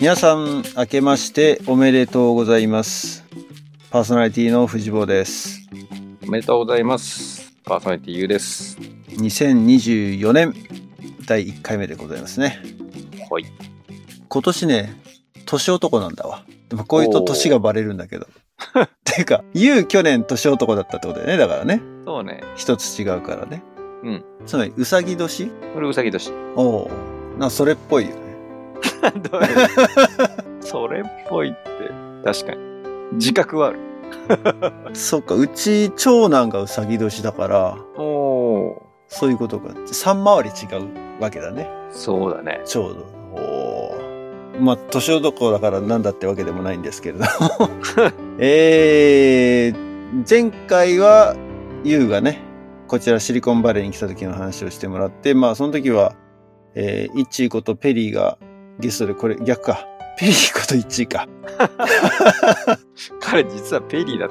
皆さん、明けましておめでとうございます。パーソナリティの藤坊です。おめでとうございます。パーソナリティゆうです。 2024年第1回目でございますね。はい。今年ね、年男なんだわ。でもこういうとおー年がバレるんだけ ど。ていうか、ゆう去年年男だったってことだよね。だからね。そうね。一つ違うからね。うん。つまり、うさぎ年これうさぎ 年。おお。なんかそれっぽいよね。どういうそれっぽいって。確かに。自覚はある。そっか、うち長男がうさぎ年だから、おお。そういうことか。三回り違うわけだね。そうだね。ちょうど。おーまあ、年男だからなんだってわけでもないんですけれども。えー、前回は、ゆうがね、こちらシリコンバレーに来た時の話をしてもらって、まあ、その時は、えー、イッチーことペリーがゲストで、これ逆か。ペリーことイッチーか。彼実はペリーだっ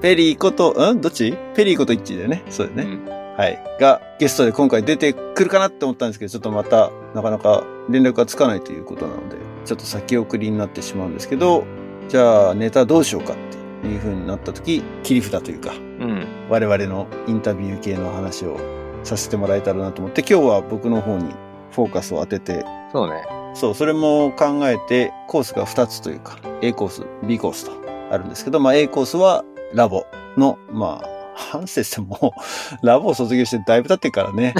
ペリーこと、んどっちペリーことイッチーだよね。そうだよたね。ね。はい。が、ゲストで今回出てくるかなって思ったんですけど、ちょっとまた、なかなか連絡がつかないということなので、ちょっと先送りになってしまうんですけど、じゃあ、ネタどうしようかっていう風になった時、切り札というか、うん。我々のインタビュー系の話をさせてもらえたらなと思って、今日は僕の方にフォーカスを当てて、そうね。そう、それも考えて、コースが2つというか、A コース、B コースとあるんですけど、まあ A コースはラボの、まあ、反省しても、 ラボを卒業してだいぶ経ってるからね。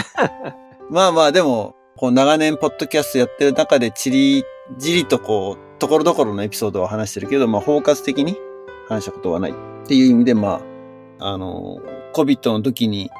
まあまあ、でも、こう長年ポッドキャストやってる中で、ちり、じりとこう、ところどころのエピソードは話してるけど、まあ包括的に話したことはないっていう意味で、まあ、あの、COVID の時に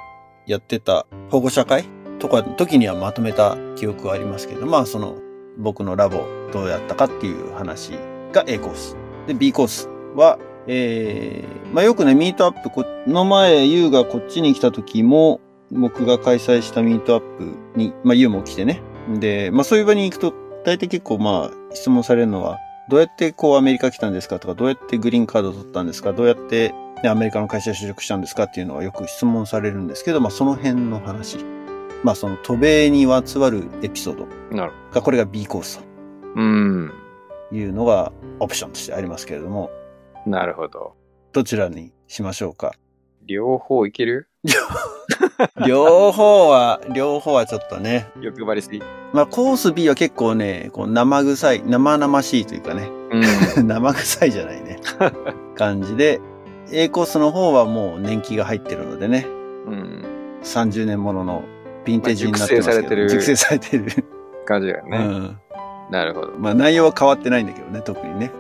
やってた保護者会とかの時にはまとめた記憶はありますけど、まあその僕のラボどうやったかっていう話が A コース。で、B コースは、えー、まあよくね、ミートアップ、この前、ユウがこっちに来た時も、僕が開催したミートアップに、まあユウも来てね。で、まあそういう場に行くと、大体結構まあ質問されるのは、どうやってこうアメリカ来たんですかとか、どうやってグリーンカード取ったんですかどうやって、ね、アメリカの会社に就職したんですかっていうのはよく質問されるんですけど、まあその辺の話。まあその渡米にまつわるエピソードなるほが、これが B コースと。ど。うん。いうのがオプションとしてありますけれども、なるほど。どちらにしましょう か。両方いける両方は、両方はちょっとね。欲張りすぎ。まあ、コース B は結構ね、こう生臭い、生々しいというかね、 うん。生臭いじゃない ね。感じで、A コースの方はもう年季が入ってるのでね、うん。 30年もののヴィンテージになってますけど、まあ熟熟成成されてる。感じだよね。うん。なるほど。まあ、内容は変わってないんだけどね、特にね。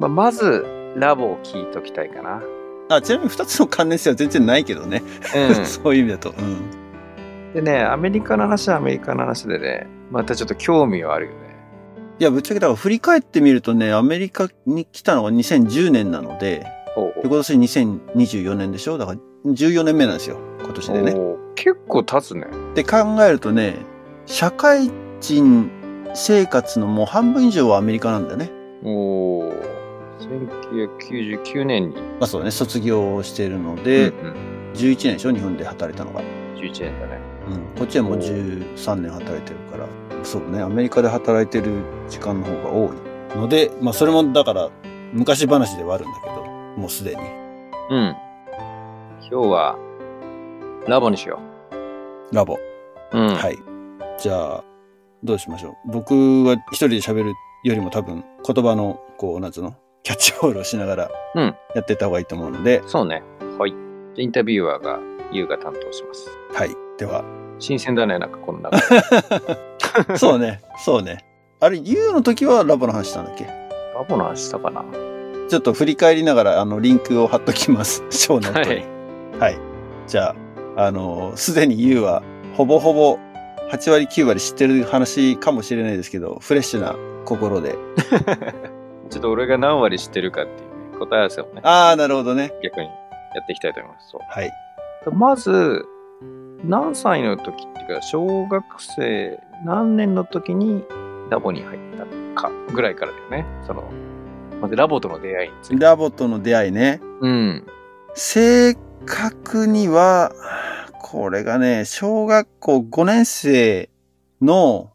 まあ、まず、ラボを聞いときたいかな。あ、ちなみに2つの関連性は全然ないけどね。 そういう意味だと。うん。でね、アメリカの話はアメリカの話でね、またちょっと興味はあるよね。いや、ぶっちゃけだから振り返ってみるとね、アメリカに来たのが2010年なので、ほうで今年2024年でしょだから14年目なんですよ、今年でね。おー結構経つね。で考えるとね、社会人生活のもう半分以上はアメリカなんだよね。おお。1999年に。まあそうだね、卒業をしているので、うんうん11年でしょ日本で働いたのが。 11年だね。うん。こっちはもうおー13年働いてるから、そうね、アメリカで働いてる時間の方が多いので、まあそれもだから昔話ではあるんだけど、もうすでに。うん。今日は、ラボにしよラボ。う。うん。。はいい。じゃあ、どうしましょう。僕は一人で喋るよりも多分言葉の、こう、なんつうの、キャッチボールをしながらうんやってった方がいいと思うので、そうね。はい。じゃあインタビュアーが、優が担当します。はい。では、新鮮だね、なんかこん な。そうね、そうね。あれ、ユウの時はラボの話したんだっけラボの話したかな。ちょっと振り返りながら、あの、リンクを貼っときます。 ショーノートに。はい。じゃあ、あの、すでにユウは、ほぼほぼ、8割9割知ってる話かもしれないですけど、フレッシュな心で。ちょっと俺が何割知ってるかっていう、ね、答え合わせをね、ああ、なるほどね。逆にやっていきたいと思います。そうはい。まず、何歳の時っていうか、小学生何年の時にラボに入ったかぐらいからだよね。その、まずラボとの出会いについて。ラボとの出会いね。うん。正確には、これがね、小学校5年生の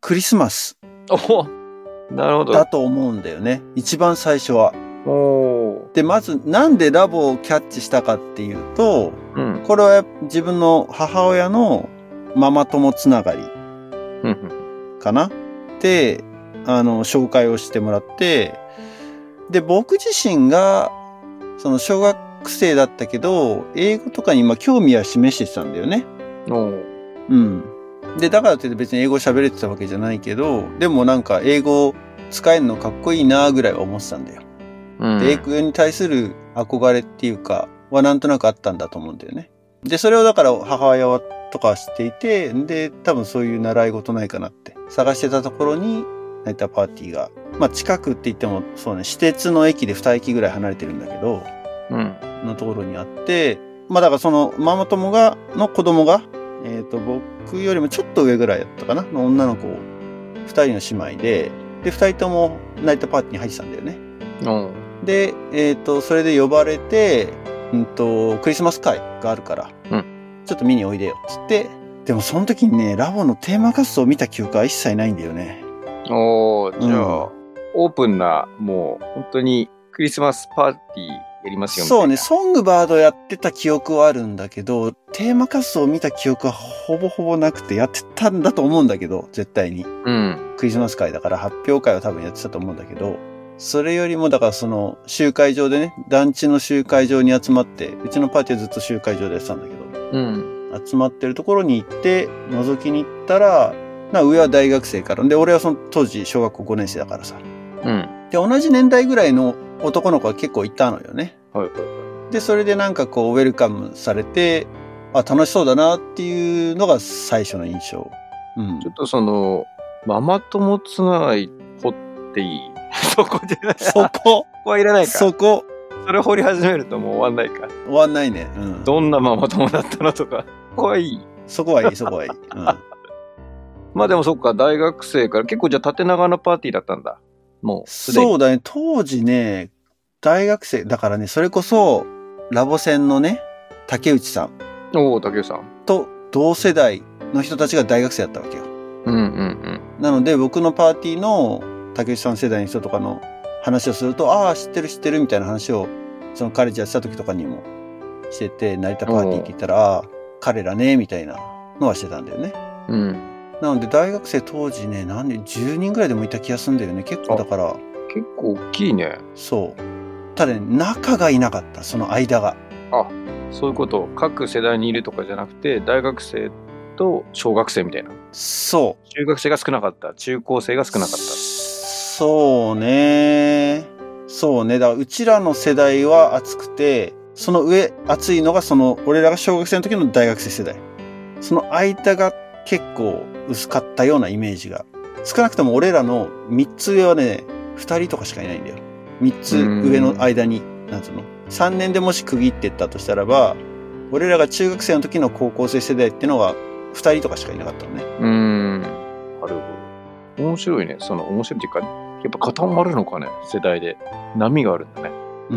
クリスマスおなるほだど。と思うんだよね。一番最初は。おおで、まずなんでラボをキャッチしたかっていうと、ー。うん。これは自分の母親のママ友つながりうん。かなで、あの、紹介をしてもらって、で、僕自身が、その小学生だったけど、英語とかにまあ興味は示してたんだよね。うんおーうん。で、だからといって別に英語喋れてたわけじゃないけど、でもなんか英語使えるのかっこいいなぐらいは思ってたんだよ。うんで、英語に対する憧れっていうか、はなんとなくあったんだと思うんだよね。で、それをだから母親はとかしていて、で、多分そういう習い事ないかなって探してたところに、ナイターパーティーが、まあ近くって言ってもそうね、私鉄の駅で2駅ぐらい離れてるんだけど、うん。のところにあって、まあだからそのママ友が、の子供が、えっ、と、僕よりもちょっと上ぐらいだったかな、の女の子、二人の姉妹で、で、二人ともナイトパーティーに入ってたんだよね。おーで、えっ、と、それで呼ばれて、うんと、クリスマス会があるから、うちょっと見においでよ、つって、でもその時にね、ラボのテーマ活動を見た記憶は一切ないんだよね。おーじゃあ、うオープンな、もう、本当にクリスマスパーティーやりますよみたいそうね、なソングバードやってた記憶はあるんだけど、テーマ活動を見た記憶はほぼほぼなくて、やってたんだと思うんだけど、絶対に。うん。クリスマス会だから発表会は多分やってたと思うんだけど、それよりもだからその集会場でね、団地の集会場に集まって、うちのパーティーはずっと集会場でやってたんだけど、うん。集まってるところに行って、覗きに行ったら、な上は大学生から。で、俺はその当時小学校5年生だからさ。うん。で、同じ年代ぐらいの男の子は結構いたのよね。はいはいはで、それでなんかこう、ウェルカムされて、あ、楽しそうだなっていうのが最初の印象。うんい。ちょ。っとその、ママ友つながり掘っていい そこじゃない。そこ、こはい らないか。そこ、それ掘り始めるともう終わんないか。終わんないね。うん。どんなママ友だったのとか。ここはいい。そこはいい、そこはいい。 うん。まあでもそっか、大学生から結構じゃあ縦長のパーティーだったんだ。もうすでに。そうだね、当時ね、大学生、だからね、それこそ、ラボ戦のね、竹内さんおお、竹内さん。と同世代の人たちが大学生だったわけよ。うんうんなので、僕のパーティーの竹内さん世代の人とかの話をすると、ああ、知ってる知ってるみたいな話を、そのカレッジやってた時とかにもしてて、成田パーティーって言ったら、ああ彼らね、みたいなのはしてたんだよね。うん。うん。なので、大学生当時ね、何人、10人ぐらいでもいた気がするんだよね。結構だから、結構大きいね。そう。ただね、仲がいなかった、その間が。そういうこと。各世代にいるとかじゃなくて、大学生と小学生みたいな。そう。中学生が少なかった。中高生が少なかっそうね。そうね。だから、うちらの世代は暑くて、その上、暑いのが、その、俺らが小学生の時の大学生世代。その間が結構薄かったようなイメージが。少なくとも俺らの3つ上はね、2人とかしかいないんだよ。3つ上の間に、なんつうの ?3 年でもし区切ってったとしたらば、俺らが中学生の時の高校生世代ってのは2人とかしかいなかったのね。た。うーん。なるほど。面白いね。その面白いっていうか、やっぱ固まるのかね。世代で。波があるんだね。う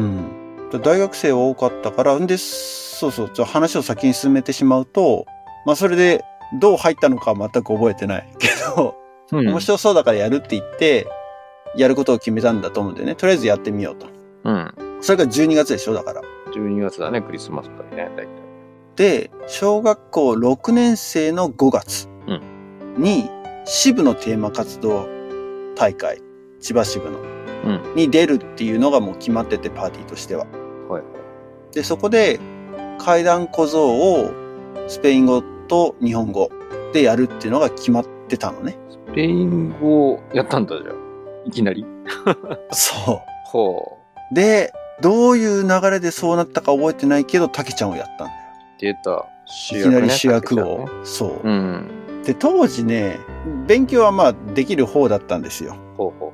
ん、大学生は多かったからんでそうそうちょ話を先に進めてしまうと、まあ、それでどう入ったのかは全く覚えてないけど、うん面白そうだからやるって言ってやることを決めたんだと思うんだよねとりあえずやってみようとうん。それが12月でしょだから12月だね、クリスマス会ね、大体。で小学校6年生の5月に支部のテーマ活動大会千葉支部の、うに出るっていうのがもう決まっててパーティーとしてははい。で、そこで階段小僧をスペイン語と日本語でやるっていうのが決まってたのね。スペイン語をやったんだじゃあ。いきなり。そほう。う。で、どういう流れでそうなったか覚えてないけど、タケちゃんをやったんだよ。出た。主いきなり主役役ねを。そうう。ん。で、当時ね、勉強はまあできる方だったんですよ。ほうほうほ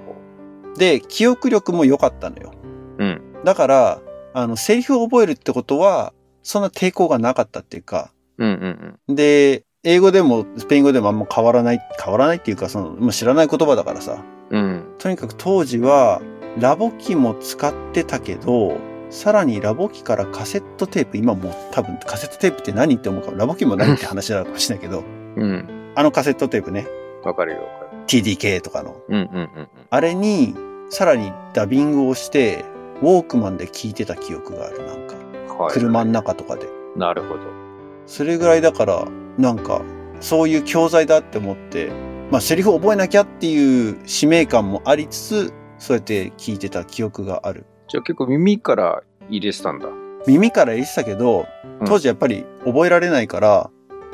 で、記憶力も良かったのよ。うん。だから、あの、セリフを覚えるってことは、そんな抵抗がなかったっていうか、う。うんうんで、英語でもスペイン語でもあんま変わらない、変わらないっていうか、その、もう知らない言葉だからさ。うん。うん。とにかく当時は、ラボ機も使ってたけど、さらにラボ機からカセットテープ、今もう多分カセットテープって 何って思うかも、ラボ機も何って話なのかもしれないけど、うん。あのカセットテープね、わかるよ、わかる。 TDK とかの。うんうんうんうん。あれに、さらにダビングをして、ウォークマンで聴いてた記憶がある、なんか。はい車の中とかで。なるほど。それぐらいだから、なんか、そういう教材だって思って、まあ、セリフを覚えなきゃっていう使命感もありつつ、そうやって聞いてた記憶がある。じゃあ結構耳から入れてたんだ。耳から言ってたけどう、ん当時やっぱり覚えられないから、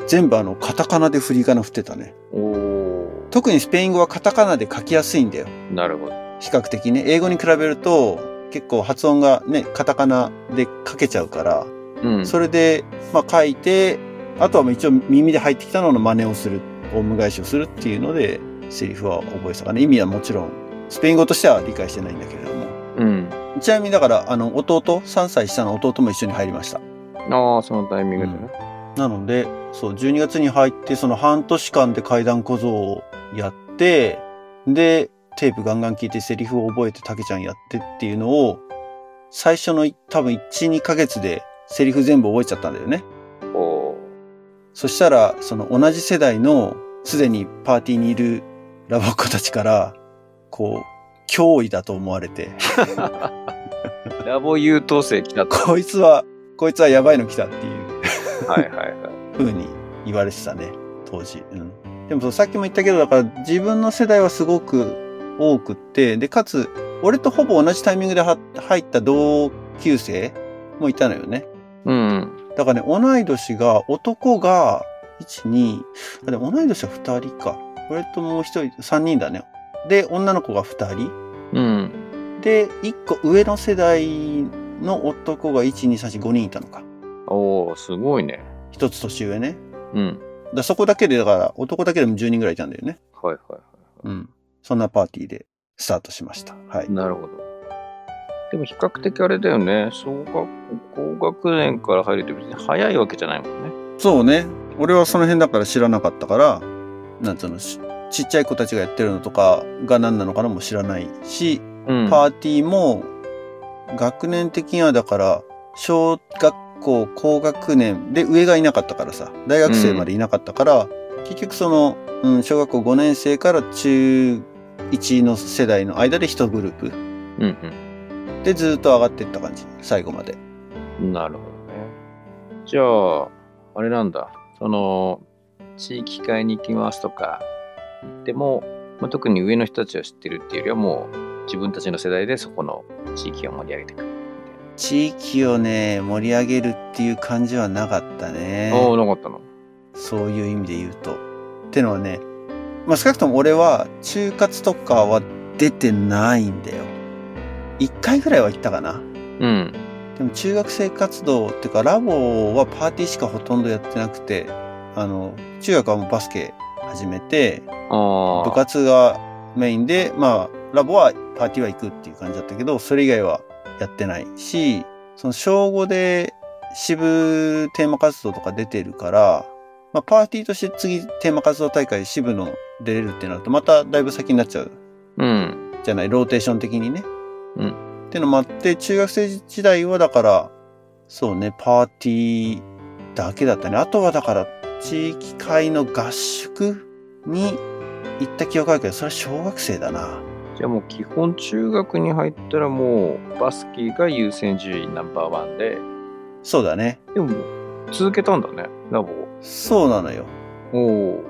全部あの、カタカナで振り仮名振ってたね。おお。特にスペイン語はカタカナで書きやすいんだよ。なるほど。比較的ね。英語に比べると、結構発音がね、カタカナで書けちゃうから、うん。それで、まあ、書いて、あとはまあ一応耳で入ってきたのの真似をする、オウム返しをするっていうので、セリフは覚えてたかな。意味はもちろん、スペイン語としては理解してないんだけれども。うん。ちなみにだから、あの、弟、3歳下の弟も一緒に入りました。ああ、そのタイミングでね。なので、そう、12月に入って、その半年間で階段小僧をやって、で、テープガンガン聞いてセリフを覚えて、たけちゃんやってっていうのを、最初の多分1、2ヶ月でセリフ全部覚えちゃったんだよね。おおそしたら、その同じ世代の、すでにパーティーにいるラバっ子たちから、こう、脅威だと思われて、 ー。ラボ優等生来たと。こいつは、こいつはやばいの来たっていう はいはいはい。風に言われてたね、当時。うん。でもそうさっきも言ったけど、だから自分の世代はすごく多くって、で、かつ、俺とほぼ同じタイミングでは入った同級生もいたのよね。うん。だからね、同い年が、男が、1、2、あ、でも同い年は2人か。俺ともう1人、3人だね。で、女の子が2人。うん。で、1個上の世代の男が1、2、3、4、5人いたのか。おおすごいね。 1つ年上ね。うん。だからそこだけで、だから男だけでも10人ぐらいいたんだよね。はいはいはうん。そんなパーティーでスタートしました。はいい。。なるほど。でも比較的あれだよね。小学校、高学年から入るって別に早いわけじゃないもんね。そうね。俺はその辺だから知らなかったから、なんつうの、しちっちゃい子たちがやってるのとかが何なのかなも知らないし、うん。パーティーも、学年的にはだから、小学校、高学年で上がいなかったからさ、大学生までいなかったから、結局その、うん、小学校5年生から中1の世代の間で1グルーうんプでずっと上がっていった感じ、最後まで。うん。なるほどね。じゃあ、あれなんだ。その、地域会に行きますとか言っても、まあ、特に上の人たちは知ってるっていうよりはもう自分たちの世代でそこの地域を盛り上げていく。地域をね、盛り上げるっていう感じはなかったね。おおなかったの。そういう意味で言うと。ってのはね、まあ、少なくとも俺は、就活とかは出てないんだよ。一回ぐらいは行ったかな。うん。でも中学生活動っていうか、ラボはパーティーしかほとんどやってなくて、あの、中学はもうバスケ始めて、ああ。部活がメインで、まあ、ラボはパーティーは行くっていう感じだったけど、それ以外はやってないし、その小5で支部テーマ活動とか出てるから、まあ、パーティーとして次テーマ活動大会支部の出れるってなると、まただいぶ先になっちゃううん。じゃない、ローテーション的にね。うってのもあって、中学生時代はだから、そうね、パーティーだけだったね。あとはだから、地域会の合宿に行った記憶あるけど、それは小学生だな。じゃあもう基本中学に入ったらもうバスケが優先順位ナンバーワンで、そうだね。でも続けたんだね、ラボを。そうなのよ。おお。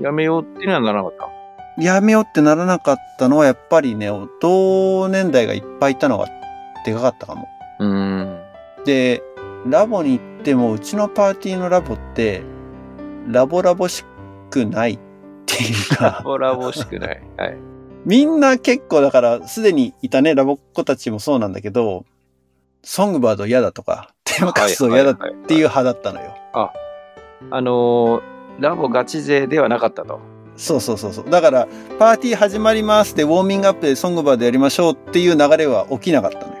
やめようっていうのはならなかっやめようってならなかったのは、やっぱりね、同年代がいっぱいいたのがでかかったかも。た。うん。で、ラボに行っても、うちのパーティーのラボって、ラボラボしくないっていう か。コラボしくない。はい。みんな結構だから、すでにいたね、ラボっ子たちもそうなんだけど、ソングバード嫌だとか、テーマ活動嫌だっはいはいはいていう派だったのよ。あのーラボガチ勢ではなかったと。そうそうそうそう。だから、パーティー始まりますで、ウォーミングアップでソングバードやりましょうっていう流れは起きなかったのよ。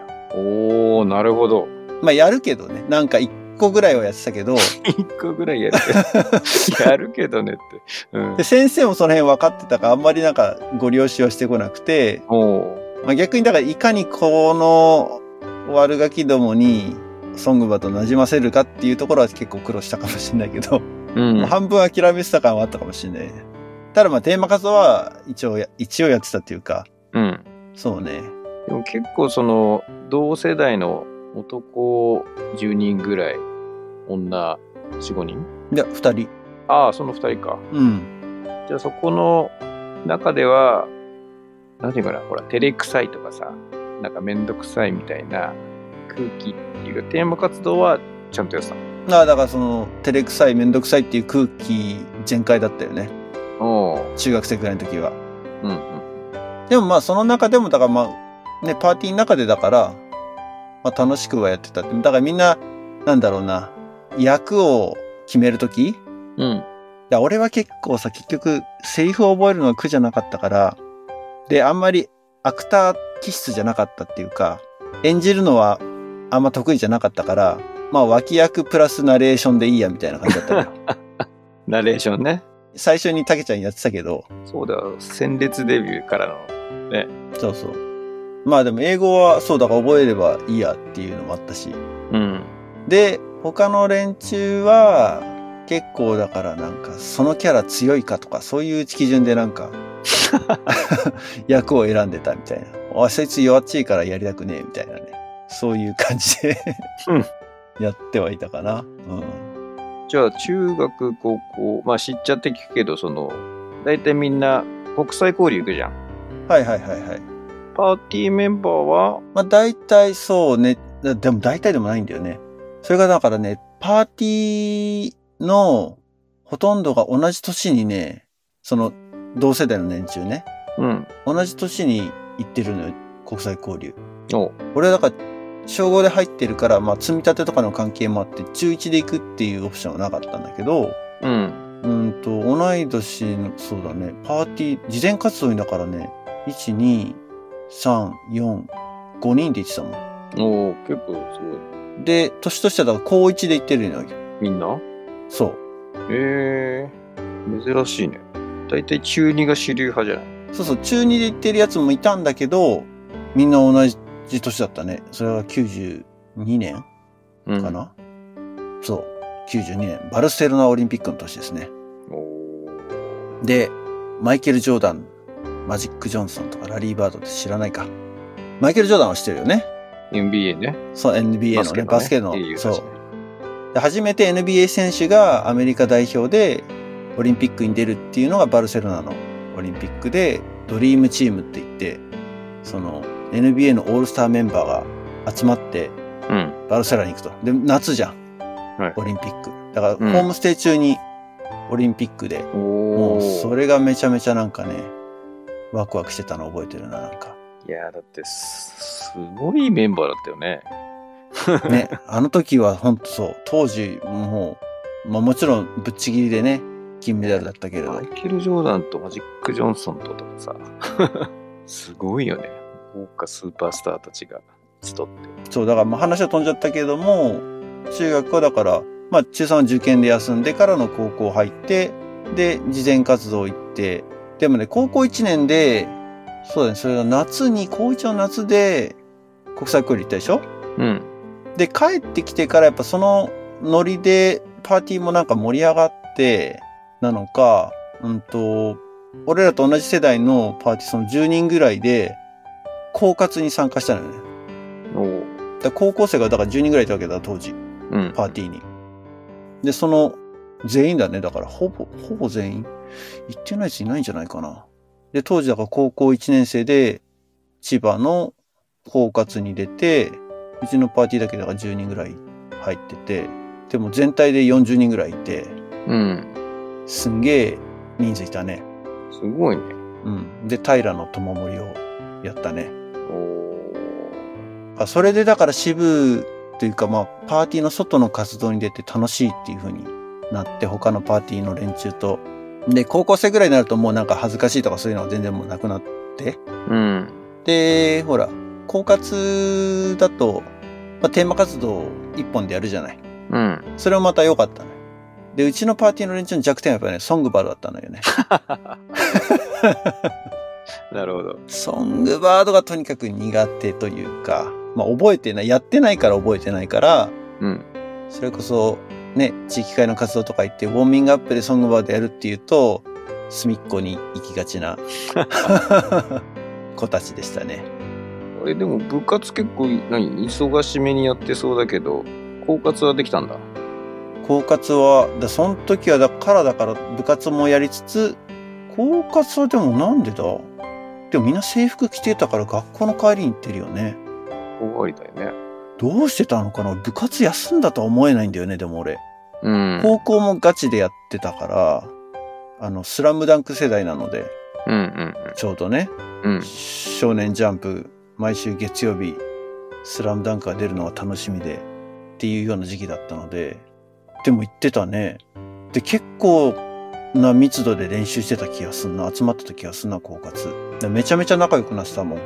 おおなるほど。まあ、やるけどね、なんか一個ぐらいはやってたけど、一個ぐらいやる けど。やるけどねって。うんで。先生もその辺分かってたから、あんまりなんかご了承してこなくて、おおまあ、逆にだからいかにこの悪ガキどもにソングバーと馴染ませるかっていうところは結構苦労したかもしれないけど、うん。半分諦めてた感はあったかもしれないね。ただまあテーマ活動は一応や、一応やってたっていうか、うん。そうね。でも結構その、同世代の男10人ぐらい、女4、5人いや、二人。ああ、その2人か。うん。じゃあそこの中では、何て言うかな、ほら、照れくさいとかさ、なんかめんどくさいみたいな空気っていうか、テーマ活動はちゃんとやってたの。ああだからその、照れくさい、めんどくさいっていう空気全開だったよね。おう中学生ぐらいの時は。うんうん。でもまあその中でもだからまあねパーティーの中でだから、まあ、楽しくはやってたってだからみんななんだろうな役を決める時うん。だ俺は結構さ結局セリフを覚えるのが苦じゃなかったからであんまりアクター気質じゃなかったっていうか演じるのはあんま得意じゃなかったからまあ脇役プラスナレーションでいいやみたいな感じだったのよナレーションね。最初にたけちゃんやってたけどそうだ、鮮烈デビューからの。そうそうまあでも英語はそうだから覚えればいいやっていうのもあったしうん。で、他の連中は、結構だからなんか、そのキャラ強いかとか、そういう基準でなん か、役を選んでたみたいな。あ、そいつ弱っちいからやりたくねえ、みたいなね。そういう感じでうんやってはいたかな。うん。じゃあ、中学、高校、まあ知っちゃって聞くけど、その、大体みんな国際交流行くじゃん。はいはいはいはい。パーティーメンバーは、まあ大体そうね、だでも大体でもないんだよね。それがだからね、パーティーのほとんどが同じ年にね、その同世代の連中ね。うん。同じ年に行ってるのよ、国際交流。おう俺はだから、小5で入ってるから、まあ、積み立てとかの関係もあって、中1で行くっていうオプションはなかったんだけど、うん。うんと、同い年の、そうだね、パーティー、事前活動にだからね、1、2、3、4、5人で行ってたもおう結構すごい。ん。で、年としてはだから高1で行ってるのよ。みんなそう。へえ珍しいね。大体中二が主流派じゃないそうそう、中2で行ってるやつもいたんだけど、みんな同じ年だったね。それは92年うんかな、そう。92年、バルセロナオリンピックの年ですね。おーで、マイケル・ジョーダン、マジック・ジョンソンとかラリー・バードって知らないか。マイケル・ジョーダンは知ってるよね。 NBA ね。そう、NBA のね、バスケの。いいそ形ねう。で初めて NBA 選手がアメリカ代表でオリンピックに出るっていうのがバルセロナのオリンピックで、ドリームチームって言って、その NBA のオールスターメンバーが集まって、うん。バルセロナに行くと。で、夏じゃん。はいオリンピック。だから、ホうんームステイ中にオリンピックで、もうおーそれがめちゃめちゃなんかね、ワクワクしてたの覚えてるな、なんか。いやーだってす、すごいメンバーだったよね。 ね、あの時はほんとそう、当時もう、まあもちろんぶっちぎりでね、金メダルだったけれどマイ、ケル・ジョーダンとマジック・ジョンソンととかさ、 すごいよね。豪華スーパースターたちが集って。そう、だからまあ話は飛んじゃったけれども、中学はだから、まあ中3は受験で休んでからの高校入って、で、慈善活動行って、でもね、高校1年で、そうだね、それが夏に、高1の夏で、国際交流行ったでしょうん。で、帰ってきてからやっぱそのノリでパーティーもなんか盛り上がってなのか、うんと、俺らと同じ世代のパーティーその10人ぐらいで、狡猾に参加したのよね。おーだから高校生がだから10人ぐらいいたわけだ、当時、うん。パーティーに。で、その、全員だね。だから、ほぼ、ほぼ全員。行ってないやついないんじゃないかな。で、当時だから高校1年生で、千葉の包括に出て、うちのパーティーだけだから10人ぐらい入ってて、でも全体で40人ぐらいいて、うん。すんげえ人数いたね。すごいね。うん。で、平の友盛をやったね。おあそれでだから支部というかまあパーティーの外の活動に出て楽しいっていう風になって他のパーティーの連中と。で、高校生ぐらいになるともうなんか恥ずかしいとかそういうのは全然もうなくなって。ーうん。で、ほら、高活だと、まあ、テーマ活動一本でやるじゃない。うん。それもまた良かったね。で、うちのパーティーの連中の弱点はやっぱりね、ソングバードだったの よね。なるほど。ソングバードがとにかく苦手というか、まあ覚えてない、やってないから覚えてないから、うん。それこそ、ね、地域会の活動とか行って、ウォーミングアップでソングバードやるっていうと、隅っこに行きがちな子たちでしたね。 あれでも部活結構何忙しめにやってそうだけど狡猾はできたんだ狡猾は、だその時はだからだから部活もやりつつ、狡猾はでもなんでだでもみんな制服着てたから学校の帰りに行ってるよね。終わりだよねどうしてたのかな部活休んだとは思えないんだよね、でも俺。うん高校もガチでやってたから、あの、スラムダンク世代なので、うんちょうどね、うんうん少年ジャンプ、毎週月曜日、スラムダンクが出るのが楽しみで、っていうような時期だったので、でも行ってたね。で、結構な密度で練習してた気がすんな、集まってた気がすんな、狡猾。でめちゃめちゃ仲良くなってたもん。あ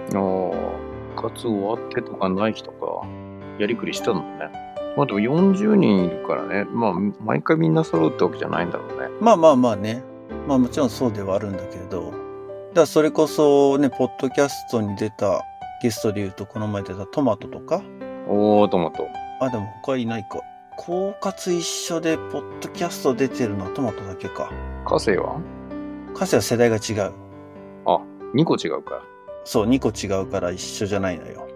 あ部活終わってとかない日とかやりくりしてたんだねまあでも40人いるからねまあ毎回みんな揃うってわけじゃないんだろうねまあまあまあね。まあもちろんそうではあるんだけれど。だからそれこそね、ポッドキャストに出たゲストで言うと、この前出たトマトとか、おおともとあ、でも他いないか。狡猾一緒でポッドキャスト出てるのはトマトだけか。火星はカセは世代が違う。 2個違うかそう、2個違うから一緒じゃないのよ。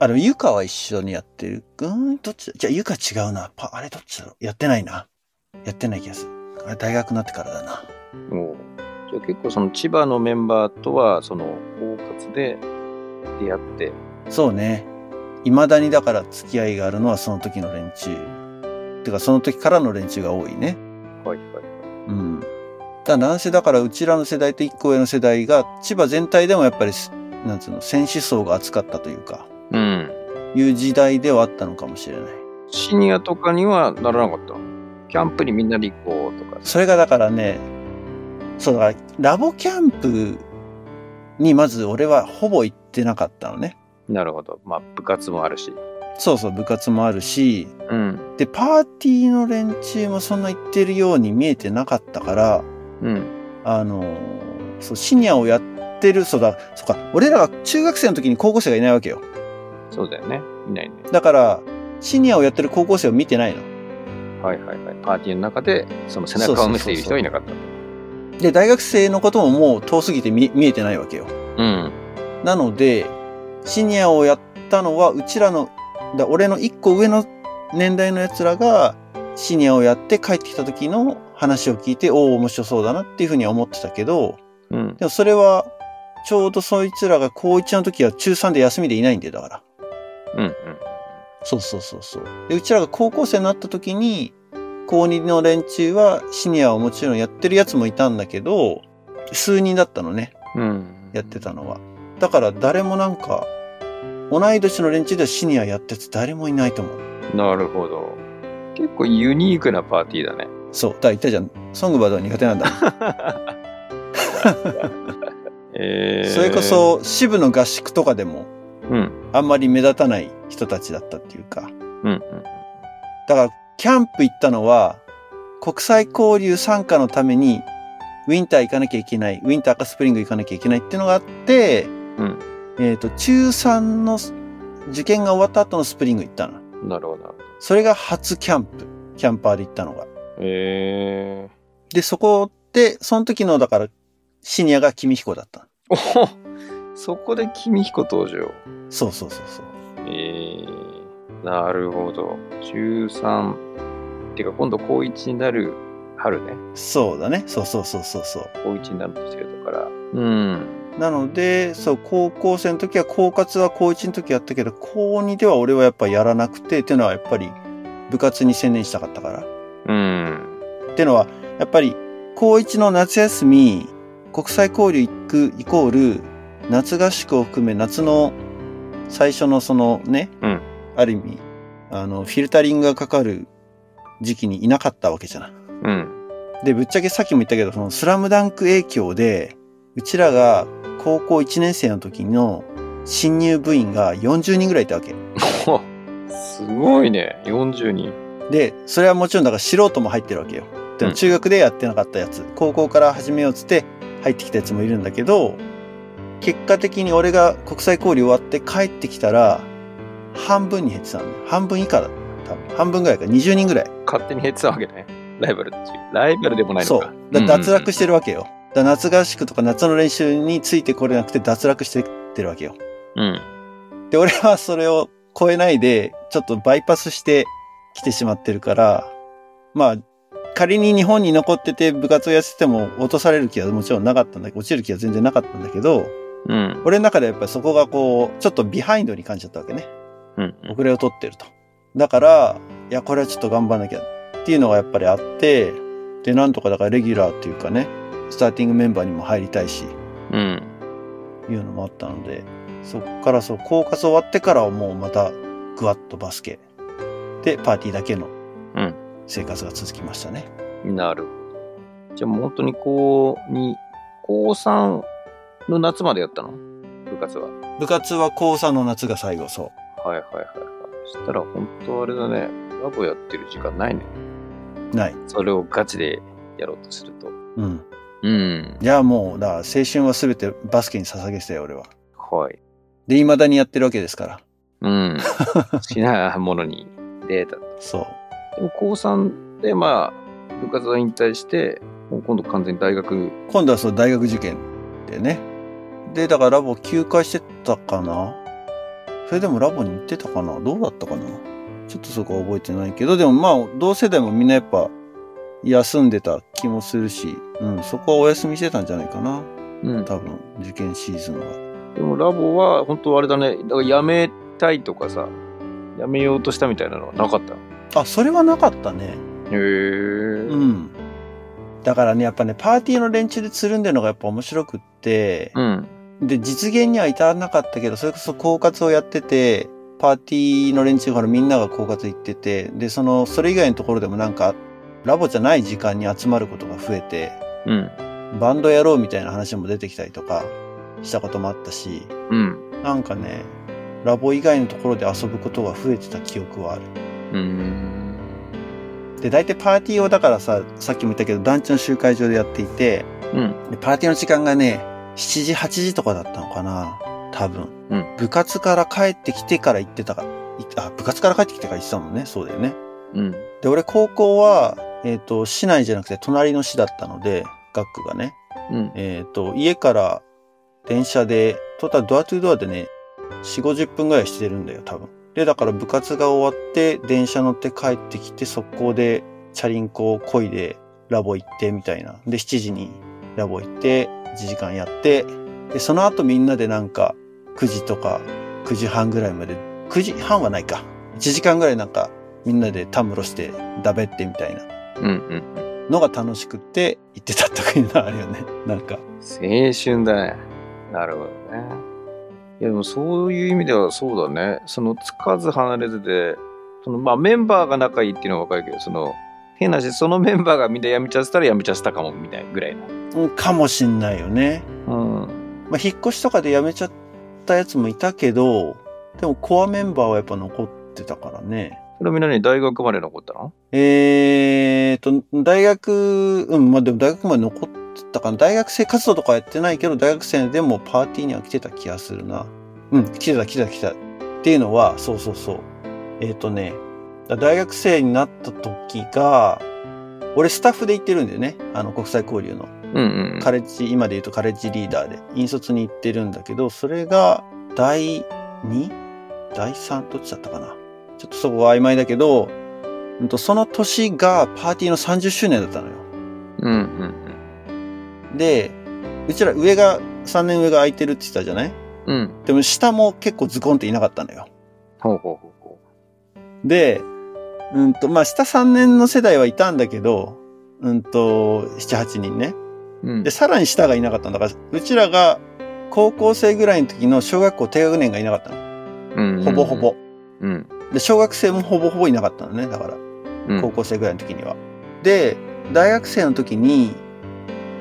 あ、でもユカは一緒にやってる。うーん、どっちだじゃあユカ違うな。パ、あれどっちだろうやってないな。やってない気がする。あれ大学になってからだな。おーじゃあ結構その千葉のメンバーとはその包括で出会ってそうね。未だにだから付き合いがあるのはその時の連中。てかその時からの連中が多いね。はいはいうん。だからなんせだからうちらの世代と一個上の世代が千葉全体でもやっぱりす、なんつうの、戦思想が厚かったというか、うんいう時代ではあったのかもしれない。シニアとかにはならなかったのキャンプにみんなで行こうとかそれがだからね、そうだからラボキャンプにまず俺はほぼ行ってなかったのね。なるほどまあ部活もあるしそうそう、部活もあるし、うんで、パーティーの連中もそんな行ってるように見えてなかったから、うんあのーそう、シニアをやってる、そうだ、そうか、俺らが中学生の時に高校生がいないわけよ。そうだよねいないねだから、シニアをやってる高校生を見てないの。はいはいはいパーティーの中でその背中を見せている人はいなかったで、大学生のことももう遠すぎて見見えてないわけよ。うんなので、シニアをやったのは、うちらの、だ俺の一個上の年代の奴らが、シニアをやって帰ってきた時の話を聞いて、おお、面白そうだなっていうふうには思ってたけど、うんでもそれは、ちょうどそいつらが高1の時は中3で休みでいないんで、だから。うんうんそうそうそうそう。で、うちらが高校生になった時に、高2の連中はシニアをもちろんやってるやつもいたんだけど、数人だったのね、うんやってたのは。だから誰もなんか、同い年の連中ではシニアやってて誰もいないと思う。なるほど結構ユニークなパーティーだねそう、だから言ったじゃん。ソングバードは苦手なんだ。えー、それこそ、支部の合宿とかでも、うんあんまり目立たない人たちだったっていうか。うんうんだから、キャンプ行ったのは、国際交流参加のために、ウィンター行かなきゃいけない、ウィンターかスプリング行かなきゃいけないっていうのがあって、んえっ、と、中3の受験が終わった後のスプリング行ったの。なるほどなるほどそれが初キャンプ、キャンパーで行ったのが。えで、そこで、その時の、だから、シニアが君彦だったー、 おそこで君彦登場の。そうそうそうそう。えー、なるほど。中3。てか、今度高1になる春ね。そうだね。そうそうそうそうそう。高1になるとしてるから。うん。なので、そう、高校生の時は、高活は高1の時やったけど、高2では俺はやっぱやらなくて、っていうのはやっぱり部活に専念したかったから。っうん。ていうのは、やっぱり高1の夏休み、国際交流行くイコール、夏合宿を含め夏の最初のそのね、うんある意味、あの、フィルタリングがかかる時期にいなかったわけじゃない。うん。で、ぶっちゃけさっきも言ったけど、そのスラムダンク影響で、うちらが高校1年生の時の新入部員が40人ぐらいいたわけ。おすごいね。40人。で、それはもちろんだから素人も入ってるわけよ。でうん中学でやってなかったやつ、高校から始めようっつって入ってきたやつもいるんだけど、結果的に俺が国際交流終わって帰ってきたら、半分に減ってたんだよ。半分以下だった。多分半分ぐらいか、20人ぐらい。勝手に減ってたわけね。ライバルっていう。ライバルでもないそのうか。。だ脱落してるわけよ。だから夏合宿とか夏の練習についてこれなくて脱落してってるわけよ。うん。で、俺はそれを超えないで、ちょっとバイパスして来てしまってるから、まあ、仮に日本に残ってて部活をやってても落とされる気はもちろんなかったんだけど、落ちる気は全然なかったんだけど、うん。俺の中でやっぱりそこがこう、ちょっとビハインドに感じちゃったわけね。うん。遅れを取ってると。だから、いや、これはちょっと頑張んなきゃっていうのがやっぱりあって、で、なんとかだからレギュラーっていうかね、スターティングメンバーにも入りたいし、うん。いうのもあったので、そっからそう、高活終わってからはもうまた、ぐわっとバスケ。で、パーティーだけのうん、生活が続きましたね。なるほど。じゃあもう本当に高2、高3の夏までやったの部活は。部活は高3の夏が最後、そう。はいはいはいはい。そしたら本当あれだね、ラボやってる時間ないね。ない。それをガチでやろうとすると。うん。うん。いや、もう、だから青春はすべてバスケに捧げてたよ、俺は。はい。で、未だにやってるわけですから。 うん。好きなものに出た。そう。でも高3でまあ、部活を引退して、もう今度完全に大学、今度はその大学受験でね。で、だからラボ休会してたかなそれでもラボに行ってたかなどうだったかなちょっとそこは覚えてないけど、でもまあ、同世代もみんなやっぱ休んでた気もするし、うん、そこはお休みしてたんじゃないかなうん、多分、受験シーズンは。でもラボは本当あれだね、だから辞めたいとかさ、辞めようとしたみたいなのはなかった。へあ、それはなかったね。え。ううん。ん。だからね、やっぱね、パーティーの連中でつるんでるのがやっぱ面白くって、うん。で、実現には至らなかったけど、それこそ狡猾をやってて、パーティーの連中からみんなが狡猾行ってて、で、その、それ以外のところでもなんか、ラボじゃない時間に集まることが増えて、うん。バンドやろうみたいな話も出てきたりとかしたこともあったし、うん。なんかね、ラボ以外のところで遊ぶことが増えてた記憶はある。うん。で、大体パーティーをだからさ、さっきも言ったけど、団地の集会場でやっていて、うん。でパーティーの時間がね、7時、8時とかだったのかな多分。うん部活から帰ってきてから行ってたから、いあ、部活から帰ってきてから行ってたもんね。そうだよね。うん。で、俺高校は、えっ、と、市内じゃなくて隣の市だったので、学区がね。うん。えっ、と、家から電車で、トータルドアトゥードアでね、4、50分ぐらいしてるんだよ、多分。で、だから部活が終わって、電車乗って帰ってきて、速攻でチャリンコを漕いで、ラボ行って、みたいな。で、7時にラボ行って、1時間やって、で、その後みんなでなんか、9時とか、9時半ぐらいまで、9時半はないか。1時間ぐらいなんか、みんなでたむろして、だべってみたいなうん。のが楽しくって、行ってたとかいうのはあるよね。なんか。青春だね。なるほどね。いやでもそういう意味ではそうだね。そのつかず離れずで、そのまあメンバーが仲いいっていうのはわかるけど、その変な話、そのメンバーがみんなやめちゃったらやめちゃったかもみたいなぐらいな。うんかもしんないよね。うん。まあ、引っ越しとかで辞めちゃったやつもいたけど、でもコアメンバーはやっぱ残ってたからね。それみんなに大学まで残ったのえーと、大学、うん、まあでも大学まで残ってたかな。大学生活動とかはやってないけど、大学生でもパーティーには来てた気がするな。うん、来てた来てた来てた。っていうのは、そうそうそう。えーとね、だ大学生になった時が、俺スタッフで行ってるんだよね。あの、国際交流の。うんうん。カレッジ、今で言うとカレッジリーダーで、引率に行ってるんだけど、それが、第 2? 第 3? どっちだったかなちょっとそこは曖昧だけど、うんとその年がパーティーの30周年だったのよ。うんうんで、うちら上が、3年上が空いてるって言ってたじゃないうん。うん。でも下も結構ズコンっていなかったのよ。ほうほうほうほで、うんと、まあ、下3年の世代はいたんだけど、うんと、7、8人ね。う。うんで、。さらに下がいなかったんだから、うちらが高校生ぐらいの時の小学校低学年がいなかったの。うんほぼほ。ぼ。うん。で、小学生もほぼほぼいなかったのね、だから。うん高校生ぐらいの時には。で、大学生の時に、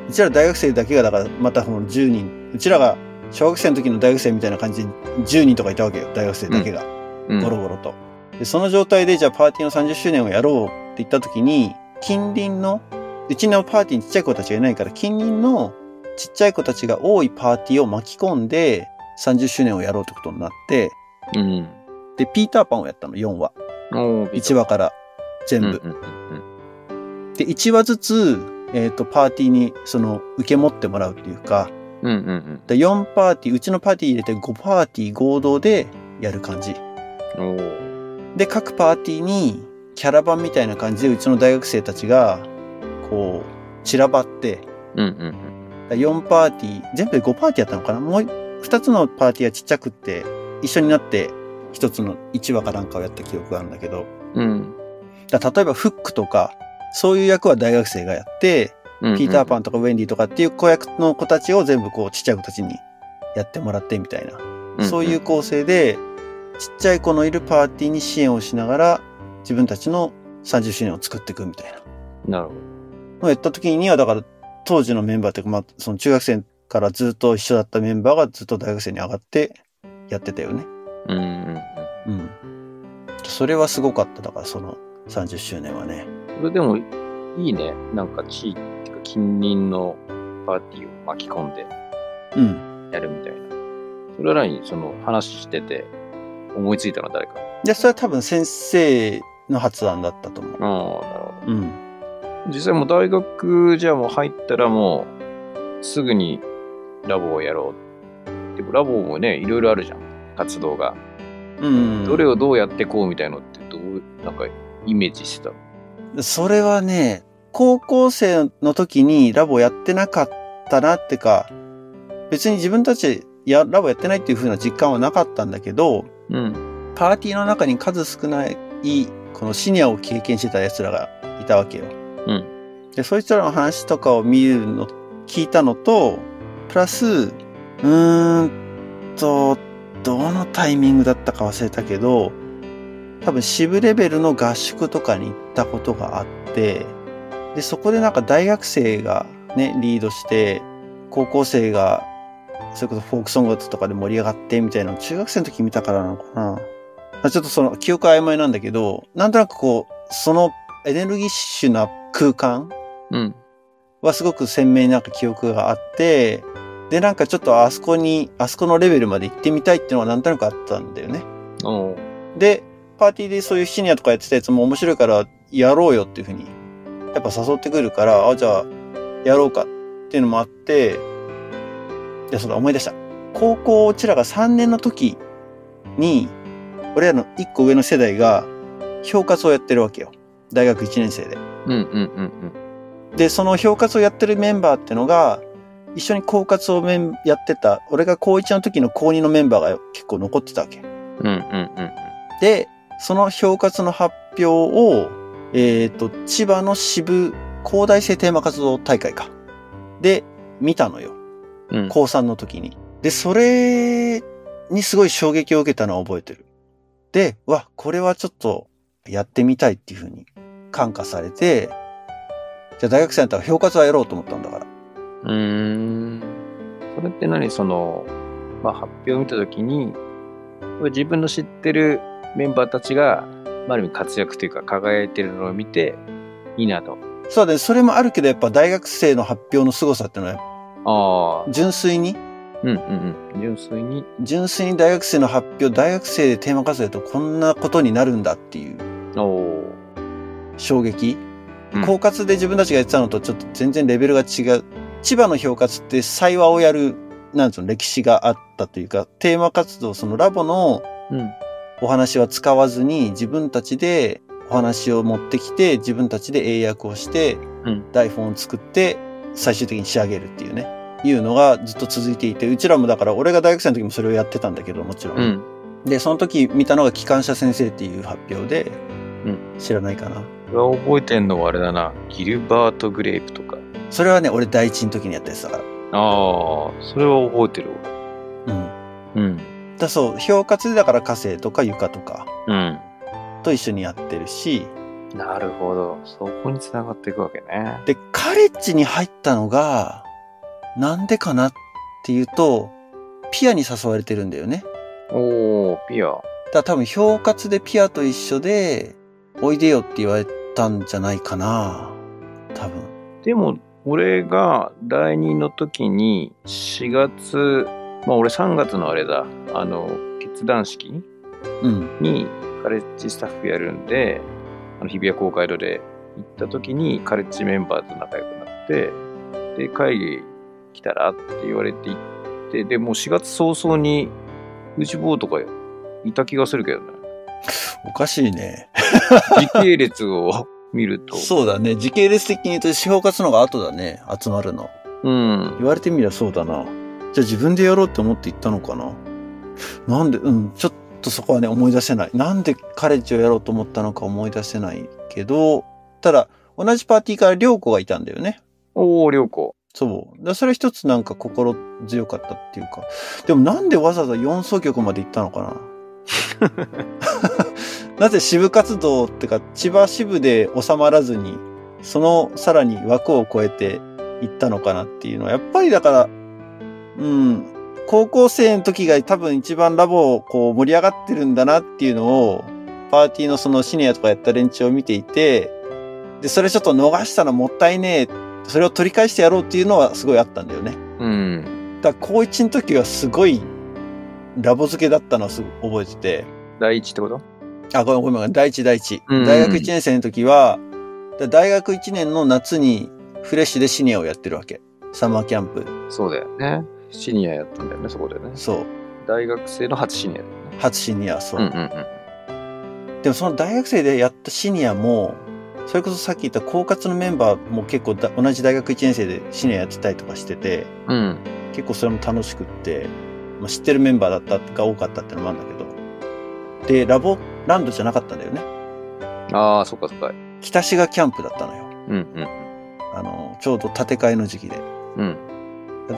うちら大学生だけが、だからまたその10人、うちらが小学生の時の大学生みたいな感じで10人とかいたわけよ、大学生だけが。うんゴロゴロと。で、その状態で、じゃあパーティーの30周年をやろうって言った時に、近隣の、うちのパーティーにちっちゃい子たちがいないから、近隣のちっちゃい子たちが多いパーティーを巻き込んで、30周年をやろうってことになって、うん。で、ピーターパンをやったの、4話。おー1話から全部。うんうんうんで、1話ずつ、えっ、と、パーティーに、その、受け持ってもらうっていうか、うんうんうん。で4パーティー、うちのパーティー入れて5パーティー合同でやる感じ。おーで、各パーティーにキャラバンみたいな感じでうちの大学生たちが、こう、散らばって、うんうん4パーティー、全部で5パーティーやったのかなもう2つのパーティーはちっちゃくって、一緒になって1つの1話かなんかをやった記憶があるんだけど、うん。うんだから例えばフックとか、そういう役は大学生がやって、うん。ピーターパン。ンとかウェンディとかっていう子役の子たちを全部こうちっちゃい子たちにやってもらってみたいな。そういう構成で、ちっちゃい子のいるパーティーに支援をしながら、自分たちの30周年を作っていくみたいな。うん。なるほど。のをやった時には、だから、当時のメンバーっていうか、まあ、その中学生からずっと一緒だったメンバーがずっと大学生に上がってやってたよね。うんうんうん。うん。それはすごかった。だから、その30周年はね。それでも、いいね。なんか地域、てか近隣のパーティーを巻き込んでうん。やるみたいな。それらに、その、話してて、思いついたのは誰か。で、それは多分先生の発案だったと思う。ああ、なるほうん。ど。実際もう大学じゃあもう入ったらもう、すぐにラボをやろう。でもラボもね、いろいろあるじゃん。活動が。うん。どれをどうやってこうみたいのって、どう、なんか、イメージしてたのそれはね、高校生の時にラボやってなかったなってか、別に自分たちやラボやってないっていう風な実感はなかったんだけど、うん。パーティーの中に数少ない、このシニアを経験してた奴らがいたわけよ。うで、そいつらの話とかを見るの、聞いたのと、プラス、うーんと、どのタイミングだったか忘れたけど、多分支部レベルの合宿とかに行ったことがあって、で、そこでなんか大学生がね、リードして、高校生が、それこそフォークソングとかで盛り上がってみたいなのを中学生の時見たからなのかな。まあちょっとその記憶は曖昧なんだけど、なんとなくこう、そのエネルギッシュな空間うん。はすごく鮮明になんか記憶があって、で、なんかちょっとあそこに、あそこのレベルまで行ってみたいっていうのはなんとなくあったんだよね。おーで、パーティーでそういうシニアとかやってたやつも面白いからやろうよっていうふうに、やっぱ誘ってくるから、あ、じゃあやろうかっていうのもあって、いや、そうだ、思い出した。高校うちらが3年の時に、俺らの1個上の世代が、評価をやってるわけよ。大学1年生で。うんうんうんで、その評価をやってるメンバーってのが、一緒に高活をメンやってた、俺が高1の時の高2のメンバーが結構残ってたわけ。うん。うんうんうん。で、その評価の発表を、えっ、と、千葉の支部、高大生テーマ活動大会か。で、見たのよ。うん高3の時に。で、それにすごい衝撃を受けたのを覚えてる。で、うわ、これはちょっとやってみたいっていうふうに感化されて、じゃあ大学生だったら評価はやろうと思ったんだから。うーん。それって何その、まあ、発表を見たときに、自分の知ってるメンバーたちが、まあある意味活躍というか、輝いてるのを見て、いいなと。そうだね、それもあるけどやっぱ大学生の発表の凄さってのはああ、純粋にうんうんうん。純粋に。純粋に大学生の発表、大学生でテーマ活動やるとこんなことになるんだっていうおお。衝撃。うん高活で自分たちがやってたのとちょっと全然レベルが違う。千葉の評価って祭話をやる、なんつうの、歴史があったというか、テーマ活動、そのラボのうん。お話は使わずに自分たちでお話を持ってきて、自分たちで英訳をして、うん台本を作って、最終的に仕上げるっていうね。いうのがずっと続いていて、うちらもだから、俺が大学生の時もそれをやってたんだけど、もちろん。うん。で、その時見たのが機関車先生っていう発表で、うん知らないかな。俺は覚えてんのはあれだな。ギルバート・グレープとか。それはね、俺第一の時にやったやつだから。ああ、それは覚えてるうん。俺。うん。だそう、評価でだから火星とか床とかうん。と一緒にやってるし、なるほど。そこに繋がっていくわけね。で、カレッジに入ったのが、なんでかなっていうと、ピアに誘われてるんだよね。おお、ピア。だから多分、評価でピアと一緒で、おいでよって言われたんじゃないかな。多分。でも、俺が第2の時に、4月、まあ俺3月のあれだ、あの、決断式うん。にカレッジスタッフやるんで、あの日比谷公会堂で行った時にカレッジメンバーと仲良くなって、で、会議来たらって言われて行って、で、もう4月早々に、藤坊とかいた気がするけどね。おかしいね。時系列を見ると。 そうだね。時系列的に言うと、司法活の方が後だね。集まるの。うん。言われてみりゃそうだな。じゃあ自分でやろうって思って行ったのかな。なんで、うん、ちょっとそこはね、思い出せない。なんでカレッジをやろうと思ったのか思い出せないけど、ただ、同じパーティーから良子がいたんだよね。おー、良子。そう。だそれは一つなんか心強かったっていうか。でもなんでわざわざ4奏曲まで行ったのかな なぜ支部活動ってか、千葉支部で収まらずに、そのさらに枠を超えて行ったのかなっていうのは、やっぱりだから、うん、高校生の時が多分一番ラボをこう盛り上がってるんだなっていうのを、パーティーのそのシニアとかやった連中を見ていて、で、それちょっと逃したのもったいねえそれを取り返してやろうっていうのはすごいあったんだよね。うん。だから高1の時はすごいラボ付けだったのはすごい覚えて第一ってことて。あ、ごめんごめんごめん、第一第一。うん大学1年生の時は、だ大学1年の夏にフレッシュでシニアをやってるわけ。サマーキャンプ。そうだよね。シニアやったんだよね、そこでね。そう。大学生の初シニアだよね。初シニア、そう。うんうんでもその大学生でやったシニアも、それこそさっき言った高活のメンバーも結構だ同じ大学1年生でシニアやってたりとかしてて、うん。うん。結構それも楽しくって、まあ、知ってるメンバーだったが多かったってのもあるんだけど。で、ラボランドじゃなかったんだよね。ああ、そっかそっか。北志賀キャンプだったのよ。うんうん。あの、ちょうど建て替えの時期で。うん。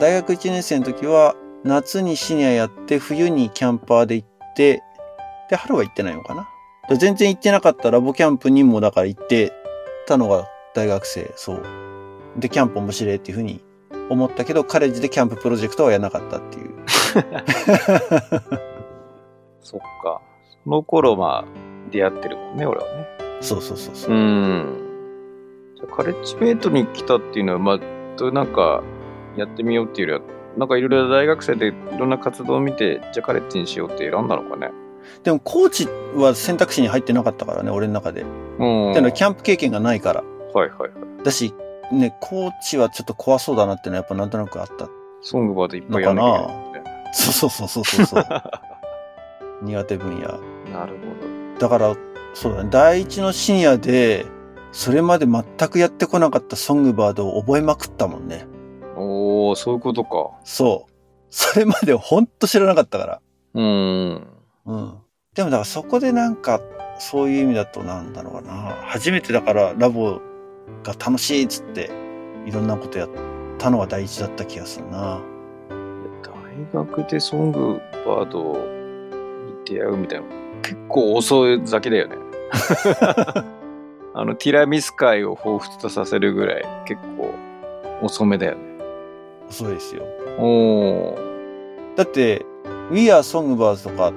大学1年生の時は、夏にシニアやって、冬にキャンパーで行って、で、春は行ってないのかな。で全然行ってなかったラボキャンプにもだから行ってたのが大学生、そう。で、キャンプ面白いっていうふうに思ったけど、カレッジでキャンププロジェクトはやらなかったっていう。そっか。その頃、まあ、出会ってるもんね、俺はね。そうそうそうそう。うん。じゃあカレッジメイトに来たっていうのは、まあ、となんか、やってみようっていうよりは、なんかいろいろ大学生でいろんな活動を見て、じゃあカレッジにしようって選んだのかね。でも、コーチは選択肢に入ってなかったからね、俺の中で。ってうん。いうのは、キャンプ経験がないから。はいはいはい。だし、ね、コーチはちょっと怖そうだなってのはやっぱなんとなくあった。ソングバーでいっぱいやんなきゃいけないんだよねそうそうそうそう そう。苦手分野。なるほだど。から、そうだね。第一の深夜で、それまで全くやってこなかったソングバードを覚えまくったもんね。おー、そういうことか。そう。それまでほんと知らなかったから。うん。うん。でもだからそこでなんか、そういう意味だとなんだろうな。初めてだからラボが楽しいっつって、いろんなことやったのが第一だった気がするな。大学でソングバードに出会うみたいな、結構遅い酒 だよね。あの、ティラミス界を彷彿とさせるぐらい、結構遅めだよね。遅いですよ。おー。だって、We Are Songbirds とか、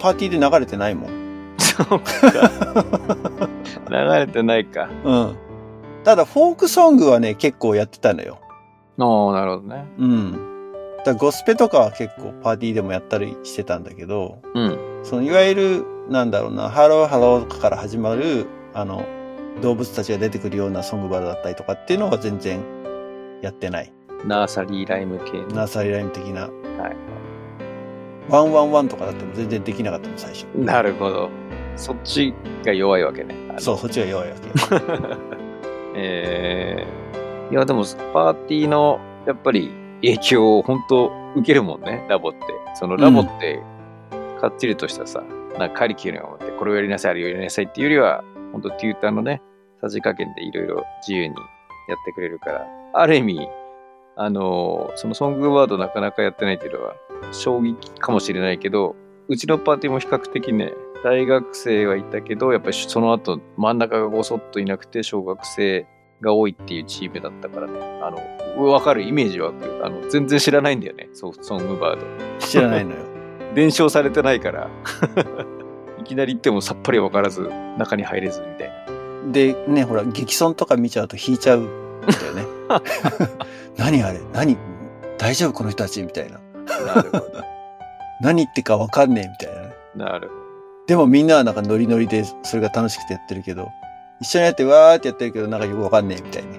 パーティーで流れてないもん。そうか。流れてないか。うん。ただ、フォークソングはね、結構やってたのよ。おー、なるほどね。うん。だからゴスペとかは結構パーティーでもやったりしてたんだけど、うん。そのいわゆる、なんだろうな、ハローハローとかから始まる、あの、動物たちが出てくるようなソングバラだったりとかっていうのは全然やってない。ナーサリーライム系の。ナーサリーライム的な。はい。ワンワンワンとかだっても全然できなかったの、最初。なるほど。そっちが弱いわけね。あのそう、そっちが弱いわけよ。えーいやでもパーティーのやっぱり影響を本当受けるもんねラボってそのラボってかっちりとしたさ、なんかカリキュラムを持ってこれをやりなさいあれをやりなさいっていうよりは本当テューターのねさじ加減でいろいろ自由にやってくれるからある意味あのーそのソングワードなかなかやってないっていうのは衝撃かもしれないけどうちのパーティーも比較的ね大学生はいたけどやっぱりその後真ん中がごそっといなくて小学生が多いっていうチームだったからねあの分かるイメージ湧くあの全然知らないんだよねソフソングバード知ら ないのよ。伝承されてないから いきなり行ってもさっぱり分からず中に入れずみたいなでねほら激損とか見ちゃうと引いちゃうんだ よね何あれ何大丈夫この人たちみたいななるほど何言ってかわかんねえみたいなねなるでもみんなはなんかノリノリでそれが楽しくてやってるけど一緒にやってわーってやってるけどなんかよくわかんねえみたいなほ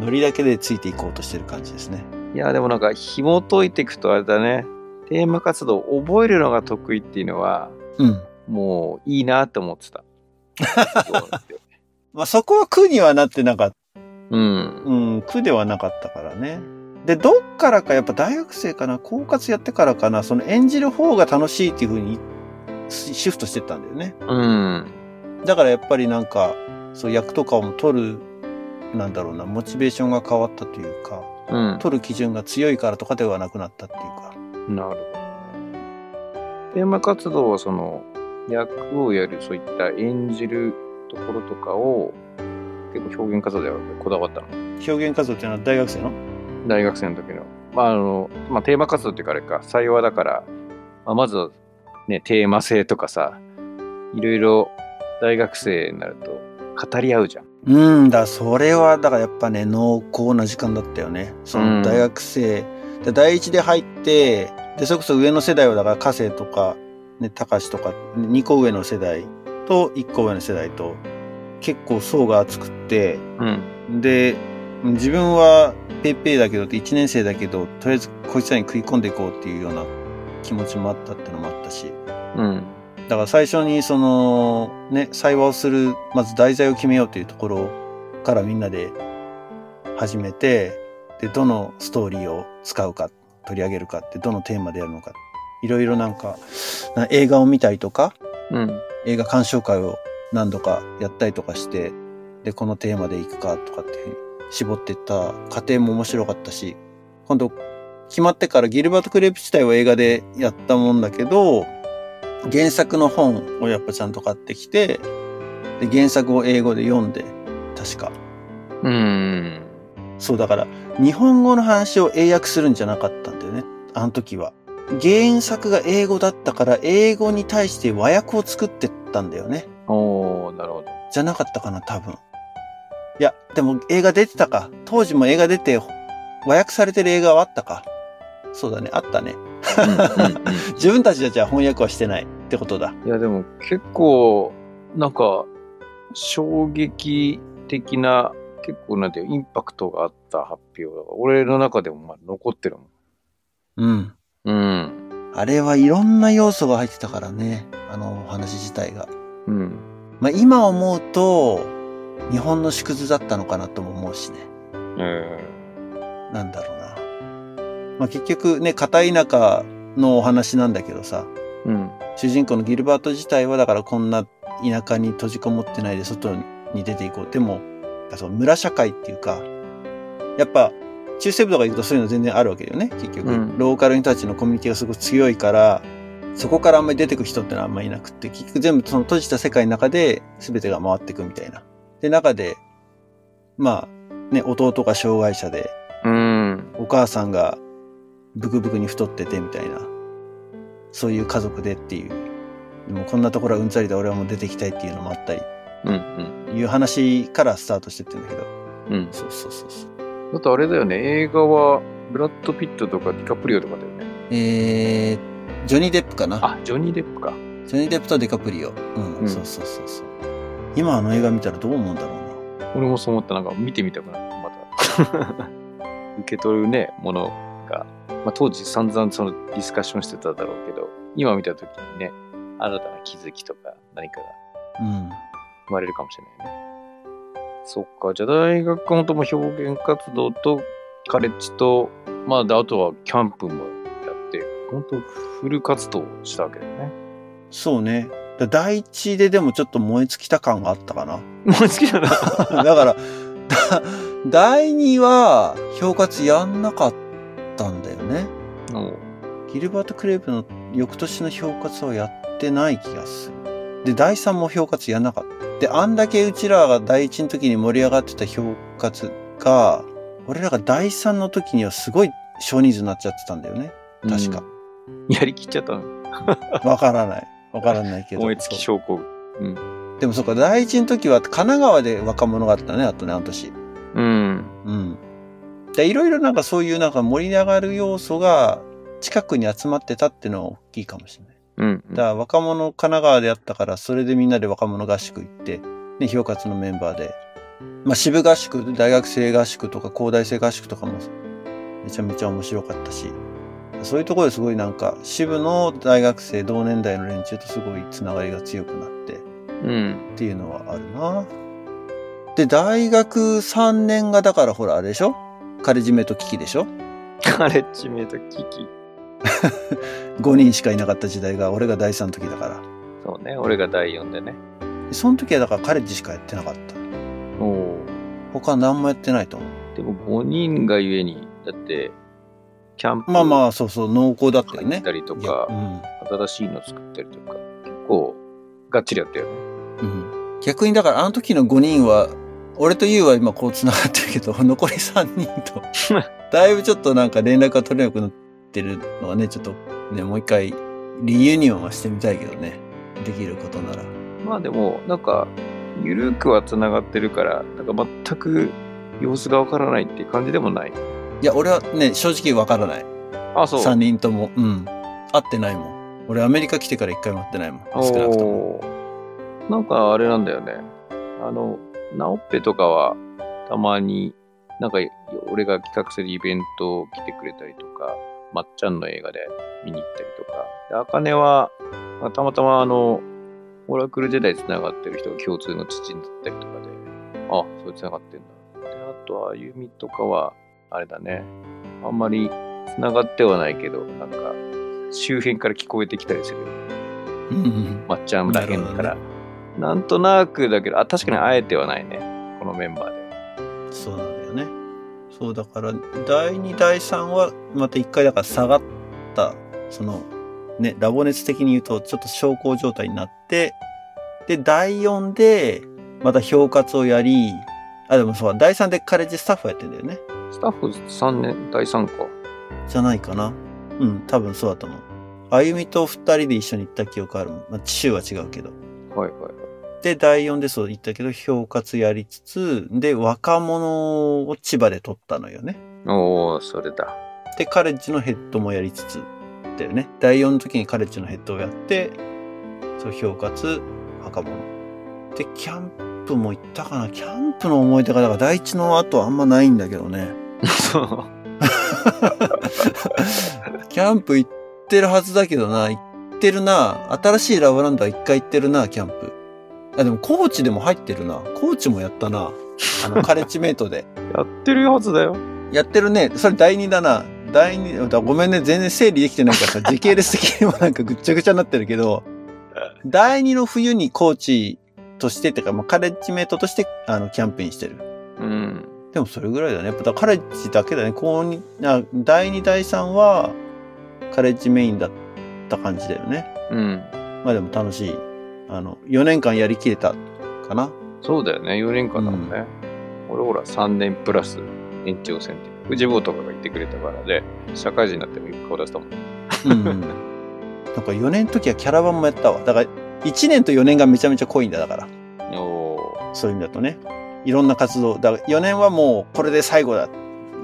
どノリだけでついていこうとしてる感じですね。いや、でもなんか、紐解いていくとあれだね。テーマ活動を覚えるのが得意っていうのは、うん。もういいなと思ってた。まあ、そこは苦にはなってなかった。うん。うん、苦ではなかったからね。で、どっからかやっぱ大学生かな、高活やってからかな、その演じる方が楽しいっていう風にシシフトしてったんだよね。うん。だからやっぱりなんか、そう役とかも取る、なんだろうな、モチベーションが変わったというか、うん。取る基準が強いからとかではなくなったっていうか。なるほどね。テーマ活動はその役をやるそういった演じるところとかを結構表現活動ではこだわったの。表現活動っていうのは大学生の大学生の時の。まああの、まあテーマ活動っていうかあれか、採用だから、まあ、まずはね、テーマ性とかさ、いろいろ大学生になると語り合うじゃん。うんだ、それは、だからやっぱね、濃厚な時間だったよね。そうんの大学生、で第一で入って、で、それこそ上の世代は、だから、加瀬とか、ね、高橋とか、2個上の世代と1個上の世代と、結構層が厚くって、うん。で、自分はペイペイだけど、1年生だけど、とりあえずこいつらに食い込んでいこうっていうような気持ちもあったってのもあったし、うん。だから最初にそのね、裁話をする、まず題材を決めようというところからみんなで始めて、で、どのストーリーを使うか、取り上げるかって、どのテーマでやるのか、いろいろなんか、な映画を見たりとか、うん。映画鑑賞会を何度かやったりとかして、で、このテーマで行くかとかっていうふうに絞ってった過程も面白かったし、今度決まってからギルバート・クレープ自体は映画でやったもんだけど、原作の本をやっぱちゃんと買ってきて、で、原作を英語で読んで、確か。うん。そうだから、日本語の話を英訳するんじゃなかったんだよね。あの時は。原作が英語だったから、英語に対して和訳を作ってったんだよね。おー、なるほど。じゃなかったかな、多分。いや、でも映画出てたか。当時も映画出て、和訳されてる映画はあったか。そうだね、あったね。うんうんうん自分たちはじゃあ翻訳はしてないってことだ。いやでも結構なんか衝撃的な結構なんていうインパクトがあった発表が俺の中でもまだ残ってるもん。うん。うん。あれはいろんな要素が入ってたからね。あのお話自体が。うん。まあ今思うと、日本の縮図だったのかなとも思うしね。えなんだろうな。まあ結局ね、片田舎のお話なんだけどさ。ーうん。主人公のギルバート自体はだからこんな田舎に閉じこもってないで外に出ていこう。でも、その村社会っていうか、やっぱ中西部とか行くとそういうの全然あるわけだよね、結局。うんローカル人たちのコミュニティがすごく強いから、そこからあんまり出てく人ってのはあんまりいなくって、結局全部その閉じた世界の中で全てが回っていくみたいな。で、中で、まあ、ね、弟が障害者で、うん。お母さんがブクブクに太っててみたいな、そういう家族でっていう、でもこんなところはうんざりで俺はもう出てきたいっていうのもあったり、うん。いう話からスタートしてってんだけど、うん。うん。そうそうそうそう。だってあれだよね、映画はブラッド・ピットとかディカプリオとかだよね。えー、ジョニー・デップかな。あ、ジョニー・デップか。ジョニー・デップとデカプリオ。うん、うんそうそうそうそう。今あの映画見たらどう思うんだろうな。俺もそう思った。なんか見てみたくなった、また。受け取るね、ものが。まあ、当時散々そのディスカッションしてただろうけど、今見た時にね、新たな気づきとか何かがうん。生まれるかもしれないね。そっか、じゃあ大学もとも表現活動とカレッジと、まあで、あとはキャンプもやって、本当フル活動をしたわけだよね。そうね。だ第一ででもちょっと燃え尽きた感があったかな。もう好きだな。 だから、だ第2は、評価値やんなかったんだよね。 もうギルバート・クレープの翌年の評価値はやってない気がする。で、第3も評価値やんなかった。で、あんだけうちらが第1の時に盛り上がってた評価値が、俺らが第3の時にはすごい少人数になっちゃってたんだよね。確か。うんやりきっちゃったの。わからない。わからないけど。燃え尽き症候群。でもそうか、第1の時は神奈川で若者があったね、あとね、あの年。うん。うん。で、いろいろなんかそういうなんか盛り上がる要素が近くに集まってたっていうのは大きいかもしれない。うん。だから若者神奈川であったから、それでみんなで若者合宿行って、ね、評価のメンバーでまあ、支部合宿、大学生合宿とか、高大生合宿とかも、めちゃめちゃ面白かったし、そういうところですごいなんか、支部の大学生、同年代の連中とすごいつながりが強くなって、うん。っていうのはあるな。で、大学3年がだからほらあれでしょカレッジメイト危機でしょカレッジメイト危機。 ?5 人しかいなかった時代が俺が第3の時だから。そうね、俺が第4でね。でその時はだからカレッジしかやってなかった。おお。他何もやってないと思う。でも5人がゆえに、だって、キャンプまあまあ、そうそう、濃厚だったよ行っね。たりといやかう、ん新しいの作ったりとか、結構、がっちりやったよね。うん、逆にだからあの時の5人は俺とユウは今こう繋がってるけど 残り3人 とだいぶちょっとなんか連絡が取れなくなってるのはねちょっとねもう一回リユニオンはしてみたいけどねできることならまあでも、なんか、ゆるくは繋がってるから、なんか全く様子がわからないっていう感じでもない。いや俺はね正直わからないあ、そう。 3人ともうん会ってないもん俺アメリカ来てから一回も会ってないもんお少なくともーなんかあれなんだよね。あの、ナオッペとかは、たまに、なんか、俺が企画するイベントを来てくれたりとか、まっちゃんの映画で見に行ったりとか、で、あかねは、まあたまたまあの、オラクル時代つながってる人が共通の知人だったりとかで、あ、そうつながってんだ。で、あとは、あゆみとかは、あれだね、あんまりつながってはないけど、なんか、周辺から聞こえてきたりするよね。うんうんまっちゃんだけだかなら。るなんとなくだけど、あ、確かに会えてはないね。このメンバーで。そうなんだよねそうだから第2第3はまた一回だから下がったそのねラボ熱的に言うとちょっと小康状態になってで第4でまた評価をやりあでもそうだ第3でカレッジスタッフやってんだよねスタッフ3年、第3か。じゃないかなうん多分そうだと思うあゆみと二人で一緒に行った記憶あるもん、まあ、週は違うけどはいはいはい。で、第4でそう言ったけど、評価やりつつ、で、若者を千葉で取ったのよね。おー、それ だ。で、カレッジのヘッドもやりつつ、だよね。第4の時にカレッジのヘッドをやって、そう、評価、若者。で、キャンプも行ったかな。キャンプの思い出が、だから第一の後はあんまないんだけどね。そう。キャンプ行ってるはずだけどな、行ってるな。新しいラブランドは一回行ってるな、キャンプ。あ、でも、コーチでも入ってるな。コーチもやったな。あの、カレッジメイトで。やってるはずだよ。やってるね。それ第2だな。第2、だごめんね。全然整理できてないからさ、時系列的にもなんかぐっちゃぐちゃになってるけど、第2の冬にコーチとしてってか、まあ、カレッジメイトとして、あの、キャンプインしてる。うん。でもそれぐらいだね。やっぱだからカレッジだけだね。高二あ第2、第3は、カレッジメインだった感じだよね。うん。まあでも楽しい。あの、4年間やりきれたかな。そうだよね。4年間だもんね。俺ほら、3年プラス延長戦って。藤坊とかが言ってくれたからで、社会人になっても一個出したもん。うん。なんか4年の時はキャラバンもやったわ。だから、1年と4年がめちゃめちゃ濃いんだ、だから。おー。そういう意味だとね。いろんな活動。だから4年はもうこれで最後だ。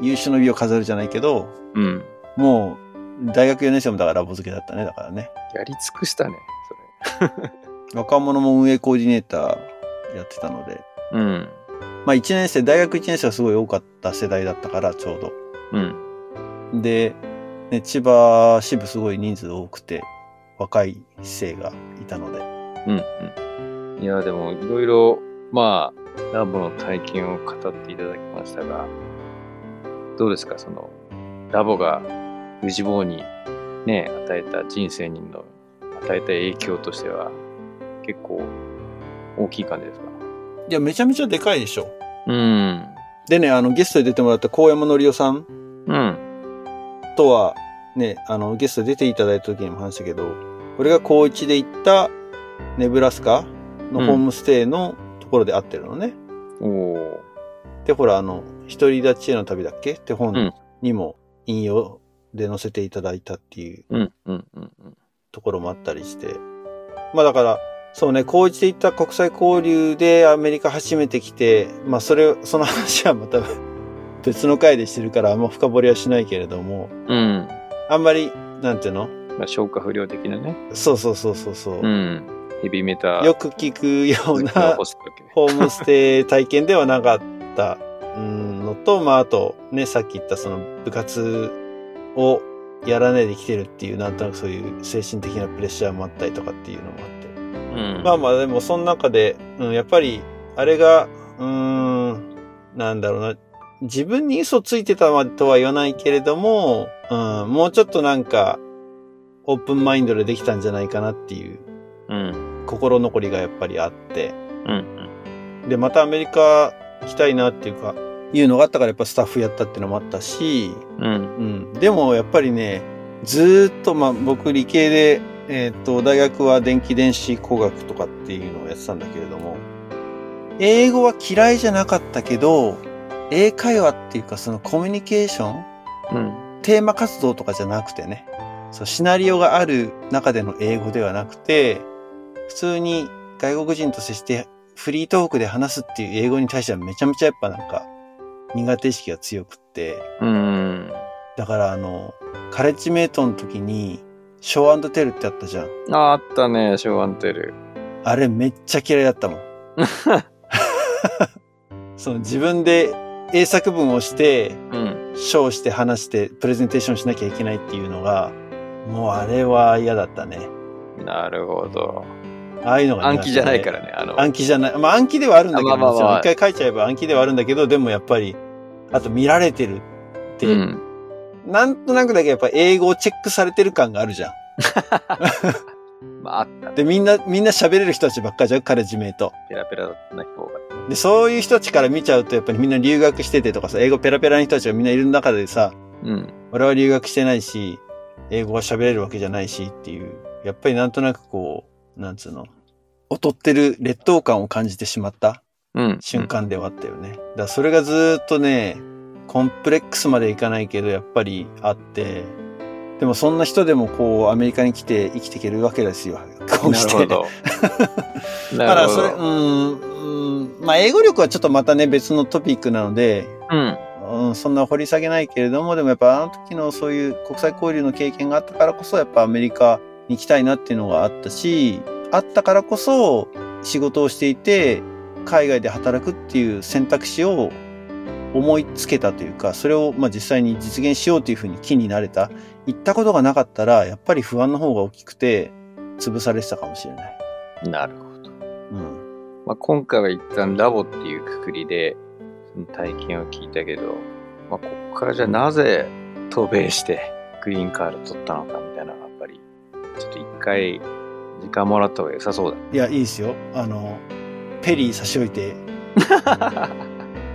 優秀の美を飾るじゃないけど、うん。もう大学4年生もだからラボ付けだったね。だからね。やり尽くしたね、若者も運営コーディネーターやってたので。それ。うん。まあ1年生、大学1年生はすごい多かった世代だったから、ちょううん。ど。で、ね、千葉支部すごい人数多くて、若い生がいたので。うんうん。いや、でも、いろいろ、まあ、ラボの体験を語っていただきましたが、どうですか、その、ラボが、無事棒に、ね、与えた人生にの、与えた影響としては、結構、大きい感じですかいや、めちゃめちゃでかいでしょ。うん。でね、あの、ゲストで出てもらった高山のりおさんうん。とは、ね、あの、ゲストで出ていただいた時にも話したけど、俺が高一で行ったネブラスカのホームステイのところで会ってるのね。おー。で、ほら、あの、独り立ちへの旅だっけってうん本にも引用で載せていただいたっていううん、うん、うん、うん。ところもあったりして。まあだから、そうね、高一で行った国際交流でアメリカ初めて来て、まあそれ、その話はまた別の回でしてるからあんま深掘りはしないけれども、うん。あんまり、なんていうのまあ、消化不良的なね。そうそうそうそうそう。うん。ヘビメタよく聞くよう な残しておけホームステイ体験ではなかったうんのと、まあ、あと、ね、さっき言ったその部活をやらないできてるっていう、なんとなくそういう精神的なプレッシャーもあったりとかっていうのもあって。うんまあまあ、でもその中で、うん、やっぱり、あれが、うーん、なんだろうな、自分に嘘ついてたとは言わないけれども、うん、もうちょっとなんか、オープンマインドでできたんじゃないかなっていううん。心残りがやっぱりあって、うん。で、またアメリカ来たいなっていうか、いうのがあったからやっぱスタッフやったっていうのもあったし、うん。うん。でもやっぱりね、ずーっと、まあ僕理系で、えっ、と、大学は電気電子工学とかっていうのをやってたんだけれども、英語は嫌いじゃなかったけど、英会話っていうかそのコミュニケーションうん。テーマ活動とかじゃなくてね、そう、シナリオがある中での英語ではなくて、普通に外国人と接してフリートークで話すっていう英語に対してはめちゃめちゃやっぱなんか苦手意識が強くって、うん。だからあの、カレッジメイトの時に、ショーテルってあったじゃん。ああ、あったね、ショーアンテル。あれめっちゃ嫌いだったもん。その自分で英作文をして、うん。ショーして話してプレゼンテーションしなきゃいけないっていうのが、もうあれは嫌だったね。なるほど。ああいうのが苦手で暗記じゃないか。らね、あの、暗記じゃない。まあ暗記ではあるんだけど、あまあまあまあもちろん一回書いちゃえば暗記ではあるんだけど、でもやっぱり、あと見られてるって、うん。なんとなくだけやっぱ英語をチェックされてる感があるじゃん。まあ、あったね。で、みんな、みんな喋れる人たちばっかりじゃん、カレッジメイト。ペラペラだったね、方が。で、そういう人たちから見ちゃうと、やっぱりみんな留学しててとかさ、英語ペラペラの人たちがみんないる中でさ、うん。俺は留学してないし、英語が喋れるわけじゃないしっていう、やっぱりなんとなくこう、なんつうの、劣ってる劣等感を感じてしまったうん。瞬間ではあったよね。だからそれがずーっとね、コンプレックスまでいかないけど、やっぱりあって、でもそんな人でもこう、アメリカに来て生きていけるわけですよ。こうなしるて。ほ ど。だかなるらほそれ、うど。ん、うん、まあ英語力はちょっとまたね、別のトピックなので、うん。うん、そんな掘り下げないけれども、でもやっぱあの時のそういう国際交流の経験があったからこそ、やっぱアメリカに行きたいなっていうのがあったし、あったからこそ仕事をしていて、海外で働くっていう選択肢を思いつけたというか、それをまあ実際に実現しようというふうに気になれた。行ったことがなかったら、やっぱり不安の方が大きくて、潰されてたかもしれない。なるほうど。ん。まあ、今回は一旦ラボっていうくくりで、その体験を聞いたけど、まあ、ここからじゃあなぜ渡米してグリーンカード取ったのかみたいなのがやっぱり、ちょっと一回時間もらった方が良さそうだね。いや、いいですよ。あの、ペリー差し置いて、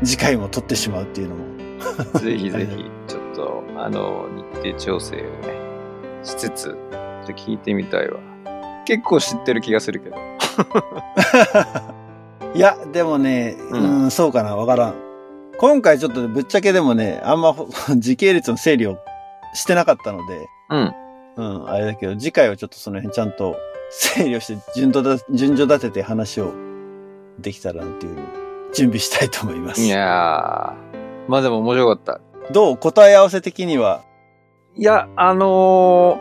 次回も撮ってしまうっていうのも。ぜひぜひ、ちょっと、あの、日程調整をね、しつつ、ちょっと聞いてみたいわ。結構知ってる気がするけど。いや、でもね、ううんん、そうかな、わからん。今回ちょっとぶっちゃけでもね、あんま ほ時系列の整理をしてなかったので、うん。うん、あれだけど、次回はちょっとその辺ちゃんと整理をして順序だ、順序立てて話をできたらなっていう、準備したいと思います。いやー、まあでも面白かった。どう答え合わせ的には、いや、あの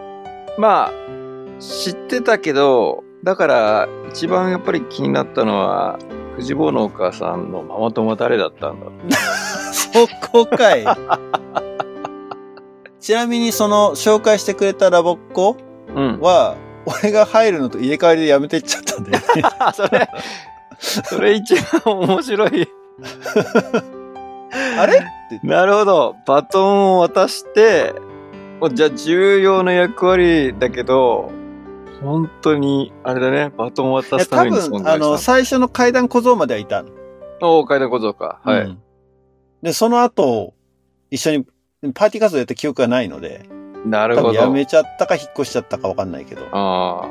ーまあ、知ってたけど、だから、一番やっぱり気になったのは、藤坊のお母さんのママ友は誰だったんだろうそこか い。ちなみにその紹介してくれたラボっ子うん。は、俺が入るのと入れ替わりでやめてっちゃったんだよ ね。それ、それ一番面白い。あれって。なるほど。バトンを渡して、おじゃあ重要な役割だけど、本当に、あれだね、バトンをい渡やすた多めに存分、あ在の、した。最初の階段小僧まではいたの。おお、階段小僧か。はい。うんで、その後、一緒にパーティー活動やった記憶がないので、なる多ほ分ど。やめちゃったか引っ越しちゃったかわかんないけど。ああ。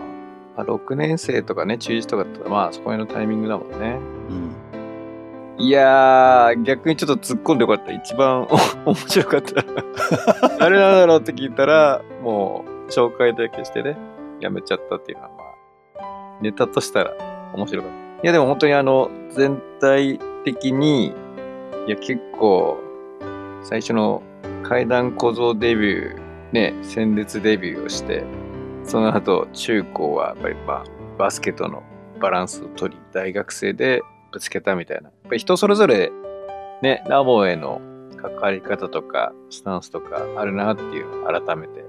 まあ、6年生とかね、中1とかだったら、まあ、そこへのタイミングだもんね。うん。いやー、逆にちょっと突っ込んでよかった。一番お 面白かった。あれなんだろうって聞いたら、もう、紹介だけしてね、やめちゃったっていうのは、まあ、ネタとしたら面白かった。いや、でも本当にあの、全体的に、いや、結構、最初の階段小僧デビュー、ね、戦列デビューをして、その後、中高はやっぱりまあ、バスケとのバランスを取り、大学生でぶつけたみたいな。やっぱり人それぞれ、ね、ラボへの関わり方とか、スタンスとかあるなっていうのを改めて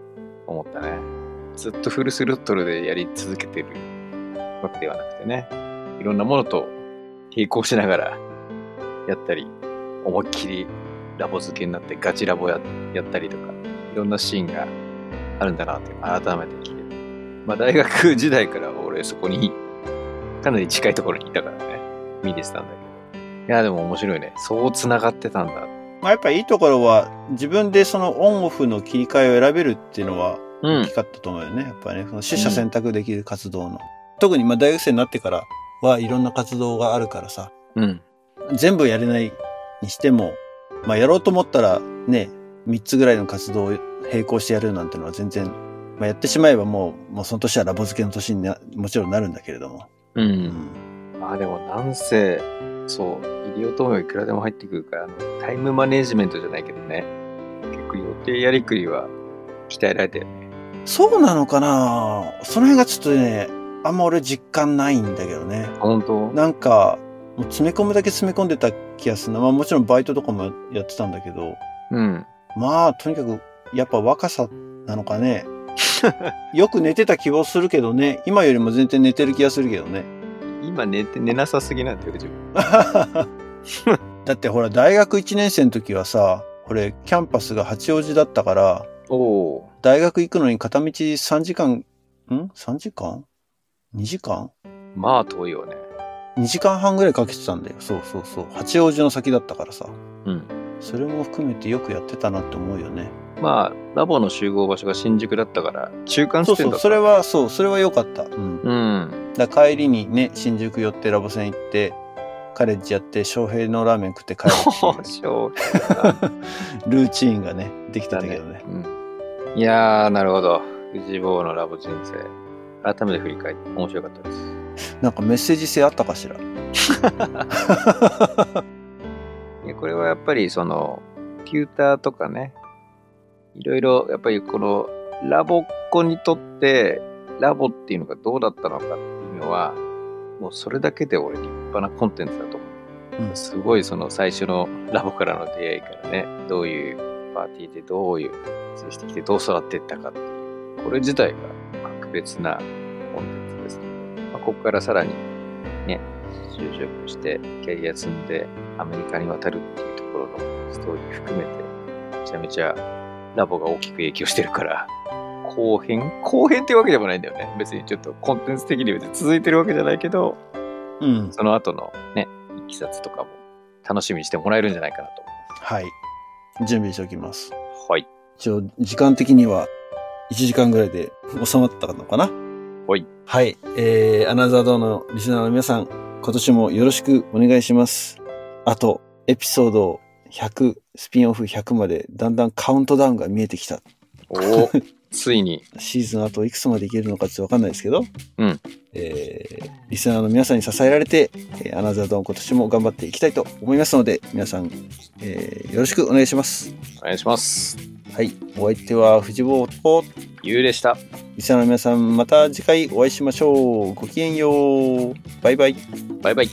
思ったね。ずっとフルスロットルでやり続けてるわけではなくてね。いろんなものと並行しながらやったり、思いっきりラボ付けになってガチラボややったりとか、いろんなシーンがあるんだなっていうのを改めて聞いて。まあ大学時代から俺そこに、かなり近いところにいたからね、見てたんだけど。いや、でも面白いね。そう繋がってたんだ。まあ、やっぱいいところは、自分でそのオンオフの切り替えを選べるっていうのは、う大んき。かったと思うよね。やっぱりね、その取捨選択できる活動の。特にまあ大学生になってからはいろんな活動があるからさ、うん。全部やれないにしても、まあやろうと思ったらね、3つぐらいの活動を並行してやるなんてのは全然、まあやってしまえばもう、もうその年はラボ漬けの年にな、もちろんなるんだけれども。う。うんまあでもなんせ、そう、医療投与いくらでも入ってくるから、あのタイムマネジメントじゃないけどね。結構予定やりくりは鍛えられてるね。そうなのかなその辺がちょっとね、あんま俺実感ないんだけどね。本当なんか、もう詰め込むだけ詰め込んでた気がするな。まあもちろんバイトとかもやってたんだけど、うん。まあ、とにかく、やっぱ若さなのかね。 よく寝てた気もするけどね。今よりも全然寝てる気がするけどね。今寝て、寝なさすぎなんだよ、自分。だってほら、大学1年生の時はさ、これ、キャンパスが八王子だったから、おお。大学行くのに片道3時間、ん ?3 時間 ?2 時間まあ遠いよね。 ?2 時間半ぐらいかけてたんだよ。そうそうそう。八王子の先だったからさ。うん。それも含めてよくやってたなって思うよね。まあ、ラボの集合場所が新宿だったから、中間そう地点そだう。った。それは、そう、それは良かった。うん。 うん。だから帰りにね、新宿寄ってラボ戦行って、カレッジやって、翔平のラーメン食って帰る交って い渉。うルーチンがね、できてたけどね。うん。いやー、なるほど。藤坊のラボ人生。改めて振り返って面白かったです。なんかメッセージ性あったかしら。いやこれはやっぱりそのキューターとかねいろいろやっぱりこのラボっ子にとってラボっていうのがどうだったのかっていうのはもうそれだけで俺立派なコンテンツだと思う、うんすごいその最初のラボからの出会いからねどういうパーティーでどういう接してきてどう育っていったかっていうこれ自体が格別なコンテンツですので、まあ、ここからさらにね就職してキャリア積んでアメリカに渡るっていうところのストーリー含めて、めちゃめちゃラボが大きく影響してるから、後編後編っていうわけでもないんだよね。別にちょっとコンテンツ的に別に続いてるわけじゃないけど、うん。その後のね、いきさつとかも楽しみにしてもらえるんじゃないかなと思はい。準備しておきます。います。はい。一応、時間的には1時間ぐらいで収まったのかな。はい。はい。えー、アナザードアのリスナーの皆さん、今年もよろしくお願いします。あと、エピソード100、スピンオフ100まで、だんだんカウントダウンが見えてきた。おおついに、シーズンあといくつまでいけるのかちょっとわかんないですけど、うんえーリスナーの皆さんに支えられて、えーアナザードーン今年も頑張っていきたいと思いますので、皆さん、えーよろしくお願いします。お願いします。はい、お相手は藤坊と、ゆうでした。リスナーの皆さん、また次回お会いしましょう。ごきげんよう。バイバイ。バイバイ。